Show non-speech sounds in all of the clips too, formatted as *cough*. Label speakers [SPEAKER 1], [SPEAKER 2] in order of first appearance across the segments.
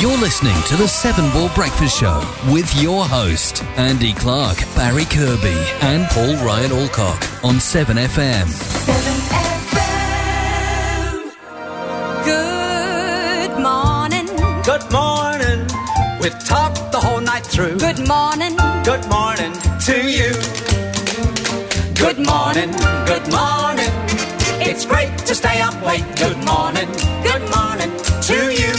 [SPEAKER 1] You're listening to the Seven Ball Breakfast Show with your host, Andy Clark, Barry Kirby, and Paul Ryan Alcock on 7FM.
[SPEAKER 2] Good morning.
[SPEAKER 3] Good morning. We've talked the whole night through. Good,
[SPEAKER 2] Good morning.
[SPEAKER 3] morning to you. Good morning. Good morning. It's great to stay up late. Good morning. Good morning to you.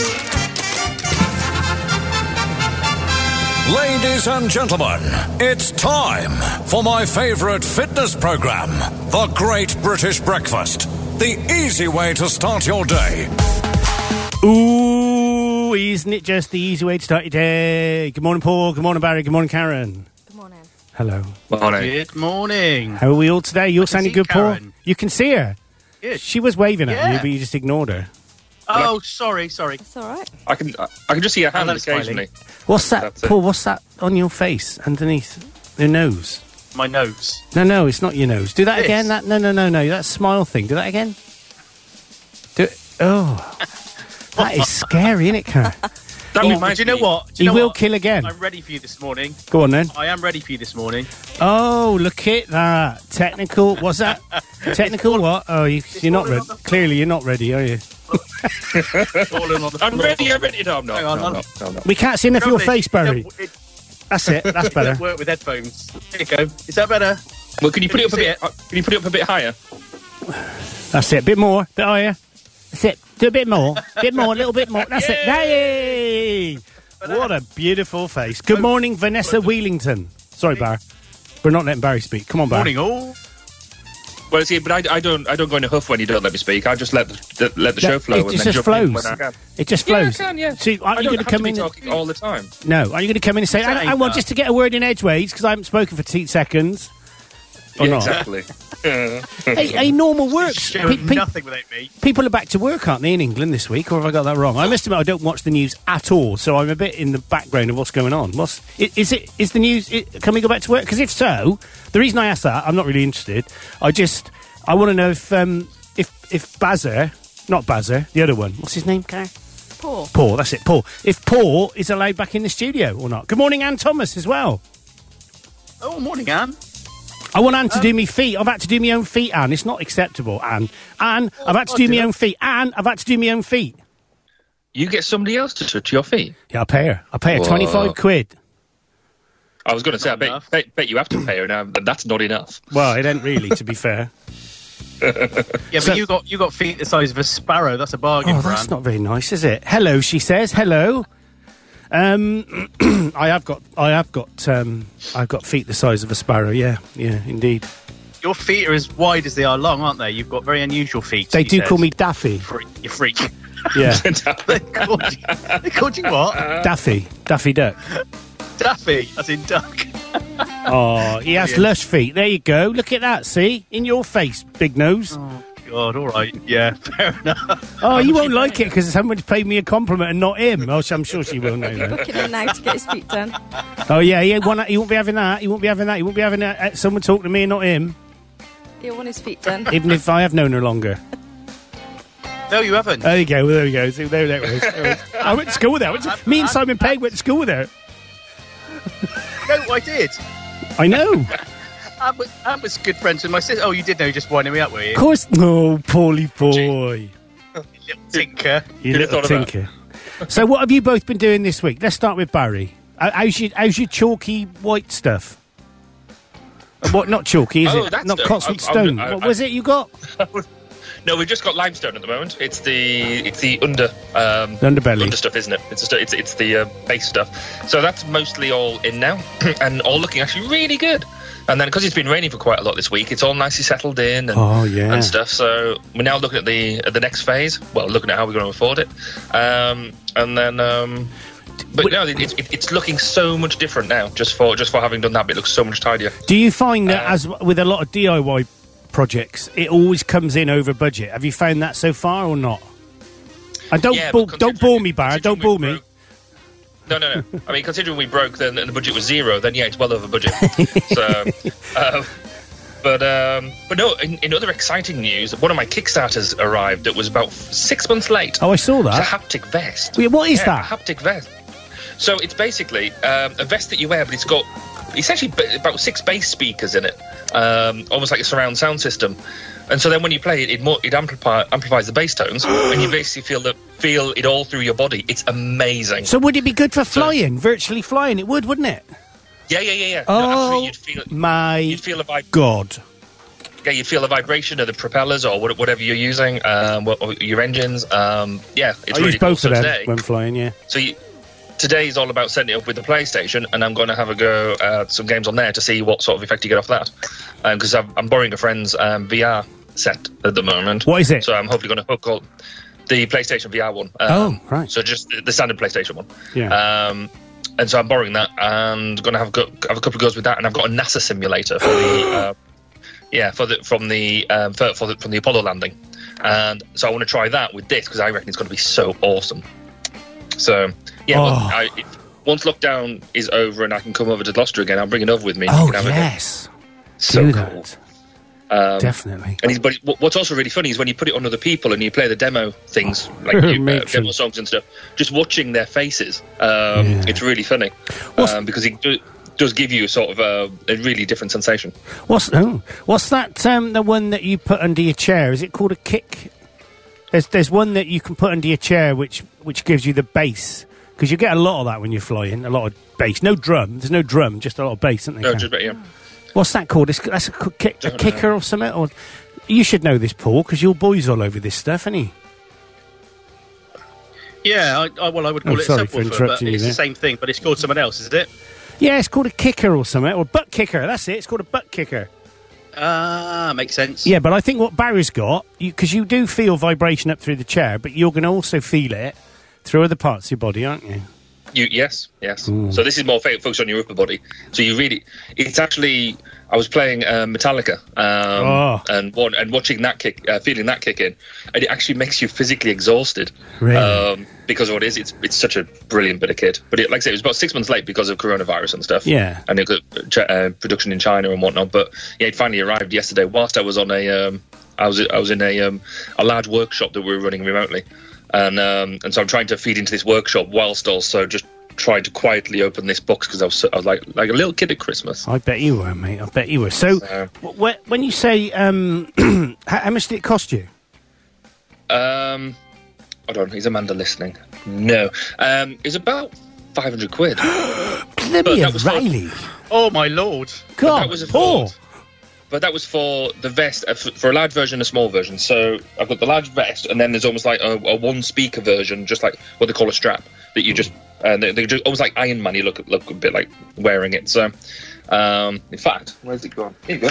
[SPEAKER 4] Ladies and gentlemen, it's time for my favorite fitness program, The Great British Breakfast. The easy way to start your day.
[SPEAKER 5] Ooh, isn't it just the easy way to start your day? Good morning, Paul. Good morning, Barry. Good morning, Karen.
[SPEAKER 6] Good morning.
[SPEAKER 5] Hello.
[SPEAKER 7] Good morning.
[SPEAKER 5] How are we all today? You're sounding
[SPEAKER 7] see
[SPEAKER 5] good, Paul.
[SPEAKER 7] Karen.
[SPEAKER 5] You can see her.
[SPEAKER 7] Good.
[SPEAKER 5] She was waving at you,
[SPEAKER 7] Yeah.
[SPEAKER 5] but you just ignored her.
[SPEAKER 7] Oh, sorry, sorry.
[SPEAKER 6] It's all
[SPEAKER 5] *laughs*
[SPEAKER 6] right.
[SPEAKER 8] I can I I can just see your hand
[SPEAKER 7] that's
[SPEAKER 8] occasionally.
[SPEAKER 5] What's that,
[SPEAKER 8] That's it.
[SPEAKER 5] Paul? What's that on your face underneath your nose?
[SPEAKER 7] My nose.
[SPEAKER 5] No, no, it's not your nose. Do that
[SPEAKER 7] This.
[SPEAKER 5] again. That no, no, no, no. That smile thing. Do that again. Do it.
[SPEAKER 7] *laughs*
[SPEAKER 5] Oh, that is scary, isn't it, *laughs* Karen?
[SPEAKER 8] That
[SPEAKER 7] Oh,
[SPEAKER 8] reminds
[SPEAKER 7] do you know
[SPEAKER 8] me-
[SPEAKER 7] what? Do
[SPEAKER 5] he
[SPEAKER 7] you know
[SPEAKER 5] will
[SPEAKER 7] what?
[SPEAKER 5] kill again.
[SPEAKER 7] I'm ready for you this morning.
[SPEAKER 5] Go on then.
[SPEAKER 7] I am ready for you this
[SPEAKER 5] *laughs*
[SPEAKER 7] morning.
[SPEAKER 5] Oh, look at that. Technical. What's
[SPEAKER 8] *laughs*
[SPEAKER 5] that? Technical what? Oh, you, you're not
[SPEAKER 7] falling on
[SPEAKER 5] ready.
[SPEAKER 7] the floor.
[SPEAKER 5] Clearly, you're not ready, are you?
[SPEAKER 7] Falling on the
[SPEAKER 8] I'm
[SPEAKER 7] floor.
[SPEAKER 8] ready. I'm ready. Oh, No, I'm not.
[SPEAKER 7] Hang on,
[SPEAKER 8] no,
[SPEAKER 7] hang
[SPEAKER 8] no,
[SPEAKER 7] on.
[SPEAKER 8] no, no.
[SPEAKER 5] We can't see enough of your
[SPEAKER 7] Trouble is,
[SPEAKER 5] face,
[SPEAKER 7] it don't-
[SPEAKER 5] Barry.
[SPEAKER 7] It
[SPEAKER 5] That's
[SPEAKER 8] *laughs*
[SPEAKER 5] it. That's better.
[SPEAKER 7] doesn't work with headphones. There you go. Is that better?
[SPEAKER 8] Well, can you put it up a
[SPEAKER 7] Is
[SPEAKER 8] bit?
[SPEAKER 7] it-
[SPEAKER 8] uh, Can you put it up a bit higher?
[SPEAKER 5] That's it. Bit more. Bit higher. That's it. Do a bit more. Bit more. A little bit more. That's it. Hey! What a beautiful face. Good morning, Vanessa Wheelington. Sorry, Barry. We're not letting Barry speak. Come on, Barry.
[SPEAKER 7] Morning, all.
[SPEAKER 8] Well, see, but I, I don't I don't go in a huff when you don't let me speak. I just let the, the let the
[SPEAKER 5] Yeah,
[SPEAKER 8] show flow
[SPEAKER 5] it
[SPEAKER 8] and
[SPEAKER 5] just
[SPEAKER 8] then
[SPEAKER 5] just
[SPEAKER 8] jump in
[SPEAKER 5] flows.
[SPEAKER 8] when I can.
[SPEAKER 5] It just
[SPEAKER 8] Yeah, I
[SPEAKER 5] flows.
[SPEAKER 8] can. Yeah.
[SPEAKER 5] So, aren't
[SPEAKER 8] I
[SPEAKER 5] you going
[SPEAKER 8] don't
[SPEAKER 5] to
[SPEAKER 8] have
[SPEAKER 5] come
[SPEAKER 8] be
[SPEAKER 5] in?
[SPEAKER 8] talking all the time.
[SPEAKER 5] No. Are you going to come in and say, I, I
[SPEAKER 7] Say
[SPEAKER 5] want
[SPEAKER 7] that.
[SPEAKER 5] just to get a word in edgeways because I haven't spoken for 10 seconds? Or
[SPEAKER 8] Yeah,
[SPEAKER 5] not?
[SPEAKER 8] exactly.
[SPEAKER 5] hey, hey, normal works.
[SPEAKER 7] Show
[SPEAKER 5] Pe- pe-
[SPEAKER 7] nothing without me.
[SPEAKER 5] people are back to work, aren't they, in England this week? Or have I got that wrong? I must admit, I don't watch the news at all, so I'm a bit in the background of what's going on. What's i- is it? Is the news? i can we go back to work? Because if so, the reason I ask that, I'm not really interested. I just I want to know if um, if if Bazzer, not Bazzer, the other one, what's his name? Karen?
[SPEAKER 6] Paul.
[SPEAKER 5] Paul. That's it, Paul. If Paul is allowed back in the studio or not. Good morning, Anne Thomas, as well.
[SPEAKER 7] Oh, morning, Anne.
[SPEAKER 5] I want Anne to do me feet. I've had to do my own feet, Anne. It's not acceptable, Anne. Anne, I've had to
[SPEAKER 7] I'll
[SPEAKER 5] do
[SPEAKER 7] do
[SPEAKER 5] my
[SPEAKER 7] it.
[SPEAKER 5] own feet. Anne, I've had to do my own feet.
[SPEAKER 8] You get somebody else to touch your feet.
[SPEAKER 5] Yeah, I pay her. I pay her
[SPEAKER 8] Whoa.
[SPEAKER 5] twenty five quid.
[SPEAKER 8] I was going to say, I bet,
[SPEAKER 7] enough.
[SPEAKER 8] bet, bet you have to pay her, and um, that's not enough. *laughs*
[SPEAKER 5] Well, it ain't really, to be fair.
[SPEAKER 7] Yeah,
[SPEAKER 5] So-
[SPEAKER 7] but you got you got feet the size of a sparrow. That's a bargain,
[SPEAKER 5] *laughs* Oh,
[SPEAKER 7] for
[SPEAKER 5] that's
[SPEAKER 7] Anne.
[SPEAKER 5] not very nice, is it? Hello, she says. Hello. Um, *clears throat* I have got, I have got, um, I've got feet the size of a sparrow. Yeah, yeah, indeed.
[SPEAKER 7] Your feet are as wide as they are long, aren't they? You've got very unusual feet.
[SPEAKER 5] They
[SPEAKER 7] he
[SPEAKER 5] do
[SPEAKER 7] says.
[SPEAKER 5] call me Daffy.
[SPEAKER 7] freak. You freak. *laughs*
[SPEAKER 5] Yeah,
[SPEAKER 7] they called you. They called you what?
[SPEAKER 5] Daffy,
[SPEAKER 7] *laughs*
[SPEAKER 5] Daffy Duck.
[SPEAKER 7] Daffy, as in duck.
[SPEAKER 5] Oh, he has
[SPEAKER 7] Brilliant.
[SPEAKER 5] lush feet. There you go. Look at that. See, in your face, big nose.
[SPEAKER 7] God, all right. Yeah, *laughs* fair enough.
[SPEAKER 5] Oh, you won't like it because someone's paid me a compliment and not him. Oh, I'm sure she will know that.
[SPEAKER 6] Looking in now to get his feet done.
[SPEAKER 5] *laughs* Oh yeah, he won't, he won't be having that. He won't be having that. He won't be having that. Uh, Someone talk to me and not him.
[SPEAKER 6] He'll want his feet done.
[SPEAKER 5] even if I have known her longer.
[SPEAKER 7] No, you haven't.
[SPEAKER 5] There you go. There we go. See, There, there it is. There it is. *laughs* I went to school with her. I went to- me and Simon Pegg went to school with her.
[SPEAKER 7] no, I did.
[SPEAKER 5] I
[SPEAKER 8] *laughs*
[SPEAKER 5] know.
[SPEAKER 7] I was, I was good friends with my sister. Oh, you did know you just winding me up, were you?
[SPEAKER 5] Of course. Oh, Paulie boy.
[SPEAKER 7] You Little tinker.
[SPEAKER 5] You
[SPEAKER 8] Could've
[SPEAKER 5] little
[SPEAKER 8] thought of that.
[SPEAKER 5] tinker. So, what have you both been doing this week? Let's start with Barry. Uh, How's your, how's your chalky white stuff? Uh, What? Not chalky, is
[SPEAKER 8] Oh,
[SPEAKER 5] it?
[SPEAKER 8] that
[SPEAKER 5] Not
[SPEAKER 8] stuff.
[SPEAKER 5] constant
[SPEAKER 8] I- I was-
[SPEAKER 5] stone.
[SPEAKER 8] I-
[SPEAKER 5] what
[SPEAKER 8] I-
[SPEAKER 5] was it you got?
[SPEAKER 8] No, we've just got limestone at the moment. It's the it's the under um,
[SPEAKER 5] The underbelly.
[SPEAKER 8] under stuff, isn't it? It's the stu- it's it's the uh, base stuff. So that's mostly all in now, *clears throat* and all looking actually really good. And then because it's been raining for quite a lot this week, it's all nicely settled in and,
[SPEAKER 5] Oh, yeah.
[SPEAKER 8] and stuff. So we're now looking at the at the next phase. Well, looking at how we're going to afford it, um, and then. Um, but no, it, it, it's looking so much different now. Just for just for having done that, but it looks so much tidier.
[SPEAKER 5] Do you find
[SPEAKER 8] Uh,
[SPEAKER 5] that, as with a lot of DIY projects, it always comes in over budget? Have you found that so far or not? And don't
[SPEAKER 8] Yeah,
[SPEAKER 5] bore,
[SPEAKER 8] but
[SPEAKER 5] don't
[SPEAKER 8] considering-
[SPEAKER 5] bore me, Barry. Don't bore
[SPEAKER 8] considering we
[SPEAKER 5] me.
[SPEAKER 8] broke- No, no, no. I mean,
[SPEAKER 5] *laughs*
[SPEAKER 8] considering we broke then and the budget was zero, then yeah, it's well over budget. so, um, But um, but no, in, in other exciting news, one of my Kickstarters arrived that was about f- six months late.
[SPEAKER 5] Oh, I saw
[SPEAKER 8] It's a
[SPEAKER 5] that.
[SPEAKER 8] haptic vest.
[SPEAKER 5] Yeah, what is
[SPEAKER 8] Yeah,
[SPEAKER 5] that?
[SPEAKER 8] A haptic vest. So it's basically um, a vest that you wear, but it's got essentially ba- about six bass speakers in it, um, almost like a surround sound system. And so then when you play it, it, more, it ampli- amplifies the bass
[SPEAKER 5] *gasps*
[SPEAKER 8] tones, and you basically feel the, feel it all through your body. It's amazing.
[SPEAKER 5] So would it be good for flying? Virtually flying, it would, wouldn't it?
[SPEAKER 8] yeah, yeah, yeah, yeah. No, absolutely.
[SPEAKER 5] Oh
[SPEAKER 8] You'd feel, it-
[SPEAKER 5] my
[SPEAKER 8] you'd feel the vib-
[SPEAKER 5] god!
[SPEAKER 8] yeah, you feel the vibration of the propellers or what- whatever you're using, um, what- or your engines. Um, yeah, it's
[SPEAKER 5] I
[SPEAKER 8] really
[SPEAKER 5] use both
[SPEAKER 8] cool.
[SPEAKER 5] of them
[SPEAKER 8] So today-
[SPEAKER 5] when flying. Yeah.
[SPEAKER 8] So you, today is all about setting it up with the PlayStation, and I'm going to have a go at some games on there to see what sort of effect you get off that. Because I'm, I'm borrowing a friend's um, VR set at the moment.
[SPEAKER 5] What is it?
[SPEAKER 8] So I'm hopefully going to hook up the PlayStation VR one.
[SPEAKER 5] Oh,
[SPEAKER 8] Um,
[SPEAKER 5] right.
[SPEAKER 8] So just the, the standard PlayStation one.
[SPEAKER 5] Yeah.
[SPEAKER 8] Um, and so I'm borrowing that and going to have, go- have a couple of goes with that. And I've got a NASA simulator
[SPEAKER 5] *gasps*
[SPEAKER 8] for the. Uh, yeah, for the from the um, for, for the, from the Apollo landing, and so I want to try that with this because I reckon it's going to be so awesome. So yeah, well,
[SPEAKER 5] Oh.
[SPEAKER 8] I, if, once lockdown is over and I can come over to Gloucester again, I'll bring it over with me. and
[SPEAKER 5] oh
[SPEAKER 8] you can have it.
[SPEAKER 5] yes,
[SPEAKER 8] so
[SPEAKER 5] do
[SPEAKER 8] cool. Um,
[SPEAKER 5] that. Definitely.
[SPEAKER 8] And he's, but what- what's also really funny is when you put it on other people and you play the demo
[SPEAKER 5] *laughs*
[SPEAKER 8] things, like you, uh,
[SPEAKER 5] Matron.
[SPEAKER 8] demo songs and stuff. Just watching their faces, um,
[SPEAKER 5] Yeah.
[SPEAKER 8] it's really funny
[SPEAKER 5] What's-
[SPEAKER 8] um, because it do, does give you sort of a, a really different sensation.
[SPEAKER 5] What's oh, what's that? Um, the one that you put under your chair is it called a kick? There's there's one that you can put under your chair which which gives you the bass because you get a lot of that when you're flying. A lot of bass, no drum. There's no drum, just a lot of bass, isn't there?
[SPEAKER 8] No,
[SPEAKER 5] Cam?
[SPEAKER 8] just but, yeah.
[SPEAKER 5] What's that called? It's, that's a, cu- kick, a
[SPEAKER 8] Don't know.
[SPEAKER 5] kicker or something. Or you should know this, Paul, because your boy's all over this stuff, isn't he?
[SPEAKER 7] Yeah, I, I, well, I would call
[SPEAKER 5] I'm
[SPEAKER 7] it a
[SPEAKER 5] sorry for
[SPEAKER 7] subwoofer, but
[SPEAKER 5] interrupting you
[SPEAKER 7] it's the
[SPEAKER 5] there.
[SPEAKER 7] same thing, but it's called someone else, isn't it?
[SPEAKER 5] Yeah, it's called a kicker or something, or butt kicker. That's it. It's called a butt kicker.
[SPEAKER 7] Ah, makes sense.
[SPEAKER 5] Yeah, but I think what Barry's got, because you, do feel vibration up through the chair, but you're going to also feel it through other parts of your body, aren't you?
[SPEAKER 8] You, yes, yes. So this is more fa- focused on your upper body. So you really, it's actually. I was playing uh, Metallica
[SPEAKER 5] Oh.
[SPEAKER 8] um, and one, and watching that kick, uh, feeling that kick in, and it actually makes you physically exhausted.
[SPEAKER 5] Really?
[SPEAKER 8] Um, because of what it is, it's it's such a brilliant bit of kit. But it, like I said, it was about six months late because of coronavirus and stuff.
[SPEAKER 5] Yeah.
[SPEAKER 8] And it got uh, ch- uh, production in China and whatnot. But yeah, it finally arrived yesterday. Whilst I was on a, um, I was I was in a um, a large workshop that we were running remotely, and um, and so I'm trying to feed into this workshop whilst also just trying to quietly open this box because I was, so, I was like like a little kid at Christmas.
[SPEAKER 5] I bet you were, mate. I bet you were. So,
[SPEAKER 8] So-
[SPEAKER 5] wh- wh- when you say, um, *clears throat* how, how much did it cost you?
[SPEAKER 8] Um, hold on, is Amanda listening? No, um, it's about five hundred quid.
[SPEAKER 5] Blimey
[SPEAKER 8] Oh, that was fun.
[SPEAKER 5] O'Reilly.
[SPEAKER 7] Oh my lord.
[SPEAKER 5] God,
[SPEAKER 8] that was a
[SPEAKER 5] Paul.
[SPEAKER 8] thought. But that was for the vest, uh, f- for a large version, and a small version. So I've got the large vest, and then there's almost like a, a one speaker version, just like what they call a strap that you just, uh, they, they just almost like Iron Man. You look look a bit like wearing it. So, um, in fact, where's it gone? Here you go.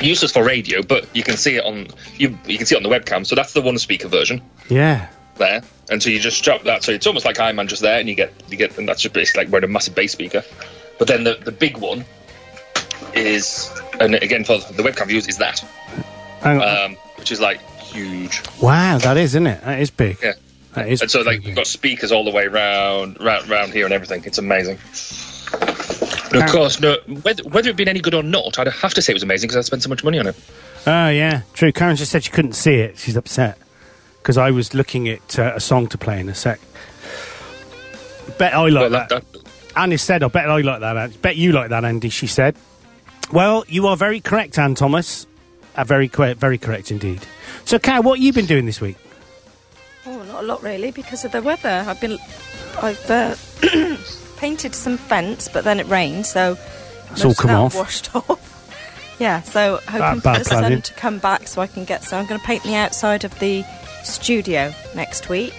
[SPEAKER 8] Useless for radio, but you can see it on you. You can see it on the webcam. So that's the one speaker version
[SPEAKER 5] Yeah.
[SPEAKER 8] there, and so you just strap that. So it's almost like Iron Man just there, and you get you get, and that's just basically like wearing a massive bass speaker. But then the, the big one is, and again for the webcam views, is that,
[SPEAKER 5] Hang on.
[SPEAKER 8] um, which is like huge.
[SPEAKER 5] Oh, wow, that is, isn't it? That is big.
[SPEAKER 8] Yeah.
[SPEAKER 5] That is.
[SPEAKER 8] And so like
[SPEAKER 5] big.
[SPEAKER 8] we've got speakers all the way round, round, round here and everything. It's amazing. And of course, no, whether, whether it been any good or not, I'd have to say it was amazing because I spent so much money on it.
[SPEAKER 5] Oh yeah, true. Karen just said she couldn't see it. She's upset because I was looking at uh, a song to play in a sec. Bet I like
[SPEAKER 8] Well,
[SPEAKER 5] that.
[SPEAKER 8] that, that,
[SPEAKER 5] Annie said, "I bet I like that. Andy. Bet you like that, Andy." She said. Well, you are very correct, Anne Thomas. Uh, very, cor- very correct indeed. So, Karen, what you been doing this week?
[SPEAKER 6] Oh, not a lot really because of the weather. I've been, I've uh, *clears throat* painted some fence, but then it rained, so
[SPEAKER 5] It's all
[SPEAKER 6] most of
[SPEAKER 5] come
[SPEAKER 6] that
[SPEAKER 5] off.
[SPEAKER 6] washed *laughs* off. yeah, so hoping for
[SPEAKER 5] bad
[SPEAKER 6] the sun
[SPEAKER 5] planning.
[SPEAKER 6] to come back so I can get some. I'm going to paint the outside of the studio next week.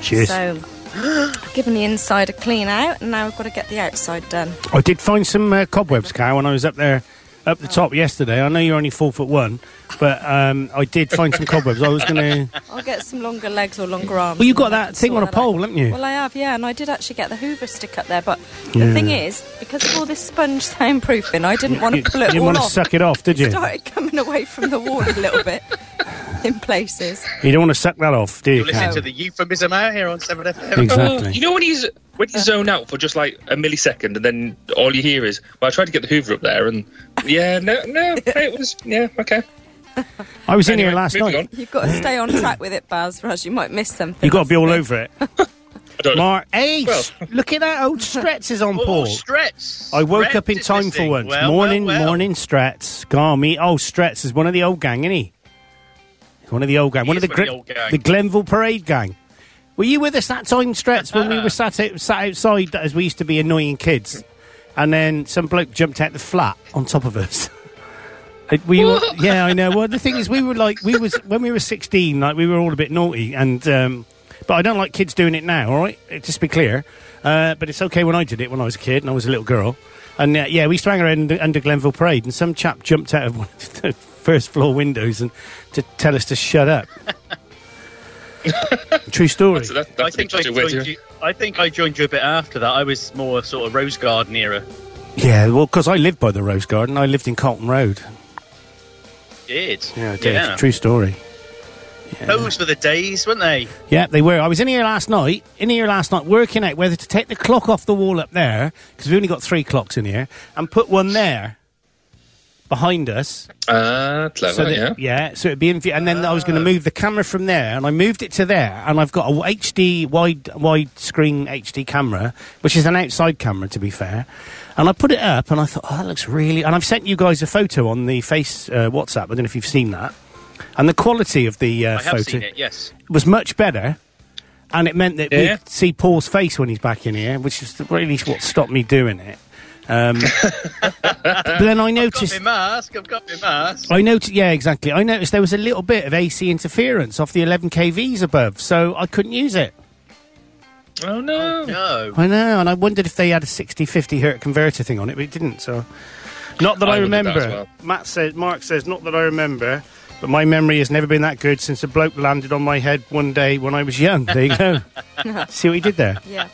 [SPEAKER 5] Cheers.
[SPEAKER 6] So I've given the inside a clean out, and now I've got to get the outside done.
[SPEAKER 5] I did find some uh, cobwebs, Karen, when I was up there, up the top yesterday. I know you're only four foot one, but um, I did find some cobwebs. I was *laughs* going to.
[SPEAKER 6] I'll get some longer legs or longer arms.
[SPEAKER 5] Well, you got
[SPEAKER 6] and then
[SPEAKER 5] that
[SPEAKER 6] I can
[SPEAKER 5] thing
[SPEAKER 6] sort
[SPEAKER 5] on a
[SPEAKER 6] that out.
[SPEAKER 5] pole, haven't you?
[SPEAKER 6] Well, I have, yeah, and I did actually get the Hoover stick up there, but
[SPEAKER 5] Yeah.
[SPEAKER 6] the thing is, because of all this sponge *laughs* soundproofing, I didn't want
[SPEAKER 5] *laughs* You, you
[SPEAKER 6] to pull it
[SPEAKER 5] didn't
[SPEAKER 6] all
[SPEAKER 5] want to
[SPEAKER 6] off.
[SPEAKER 5] suck it off, did you?
[SPEAKER 6] started coming away from the wall a little bit *laughs* in places.
[SPEAKER 5] You don't want to suck that off, do you?
[SPEAKER 7] You're listening
[SPEAKER 5] Karen?
[SPEAKER 7] to the euphemism out here on 7FM.
[SPEAKER 5] *laughs* Exactly.
[SPEAKER 8] Oh, you know when he's When you zone out for just like a millisecond, and then all you hear is, "Well, I tried to get the Hoover up there, and yeah, no, no, it was yeah, okay."
[SPEAKER 5] I was in
[SPEAKER 8] Anyway,
[SPEAKER 5] here last
[SPEAKER 8] moving
[SPEAKER 5] night.
[SPEAKER 8] on.
[SPEAKER 6] You've got to stay on track with it, Baz, or else you might miss something.
[SPEAKER 5] You've got to
[SPEAKER 6] *laughs*
[SPEAKER 5] be all over it.
[SPEAKER 8] I don't know.
[SPEAKER 5] Mark, hey,
[SPEAKER 8] Well.
[SPEAKER 5] sh- look at that old Stretz is on
[SPEAKER 7] *laughs* Oh,
[SPEAKER 5] Paul.
[SPEAKER 7] Stretch.
[SPEAKER 5] I woke up in time for once. morning, morning, Stretz. God, me. Oh, Stretz is one of the old gang, isn't he? He's one of the old gang.
[SPEAKER 7] He
[SPEAKER 5] one
[SPEAKER 7] is
[SPEAKER 5] of the,
[SPEAKER 7] one of
[SPEAKER 5] Gre-
[SPEAKER 7] the old gang.
[SPEAKER 5] the Glenville Parade gang. Were you with us that time, Stretz,
[SPEAKER 7] *laughs*
[SPEAKER 5] when we were sat, out, sat outside as we used to be annoying kids? And then some bloke jumped out the flat on top of us. It- Uh, we
[SPEAKER 8] *laughs*
[SPEAKER 5] were, yeah, I know. Well, the thing is, we were like, we was when we were sixteen, like we were all a bit naughty, and um, but I don't like kids doing it now. All right, Uh, just be clear. Uh, but it's okay when I did it when I was a kid and I was a little girl, and uh, yeah, we used to hang around under, under Glenville Parade, and some chap jumped out of *laughs* one of the first floor windows and to tell us to shut
[SPEAKER 8] *laughs*
[SPEAKER 5] up. True story.
[SPEAKER 8] So that,
[SPEAKER 7] I
[SPEAKER 8] that's
[SPEAKER 7] think
[SPEAKER 8] a
[SPEAKER 7] I,
[SPEAKER 8] bit too weird.
[SPEAKER 7] joined you, I think I joined you a bit after that. I was more sort of Rose Garden era.
[SPEAKER 5] Yeah, well, because I lived by the Rose Garden, I lived in Colton Road.
[SPEAKER 7] Did
[SPEAKER 5] I did. True story.
[SPEAKER 7] Those were the days, weren't they?
[SPEAKER 5] Yeah, they were. I was in here last night, in here last night, working out whether to take the clock off the wall up there, because we've only got three clocks in here, and put one there behind us.
[SPEAKER 8] Ah, clever.
[SPEAKER 5] that-
[SPEAKER 8] yeah.
[SPEAKER 5] so it'd be in view. And then I was going to move the camera from there, and I moved it to there, and I've got a HD, wide, wide screen HD camera, which is an outside camera, to be fair. And I put it up, and I thought, oh, that looks really. And I've sent you guys a photo on the face uh, WhatsApp. I don't know if you've seen that. And the quality of the uh,
[SPEAKER 7] I have
[SPEAKER 5] photo
[SPEAKER 7] seen it. Yes.
[SPEAKER 5] was much better, and it meant that
[SPEAKER 8] Yeah.
[SPEAKER 5] we could see Paul's face when he's back in here, which is really what stopped me doing it. Um, but
[SPEAKER 8] *laughs*
[SPEAKER 5] then I
[SPEAKER 7] Got
[SPEAKER 5] noticed.
[SPEAKER 7] my mask. I've got my mask.
[SPEAKER 5] I noticed, yeah, exactly. I noticed there was a little bit of AC interference off the 11 kVs above, so I couldn't use it.
[SPEAKER 8] Oh no.
[SPEAKER 7] No.
[SPEAKER 5] I know, and I wondered if they had a 60 50 hertz converter thing on it, but it didn't. So, not that I,
[SPEAKER 8] I wondered that
[SPEAKER 5] remember.
[SPEAKER 8] as well.
[SPEAKER 5] Matt says, Mark says, not that I remember, but my memory has never been that good since a bloke landed on my head one day when I was young. There you
[SPEAKER 8] *laughs*
[SPEAKER 5] go. See what he did there.
[SPEAKER 6] Yeah.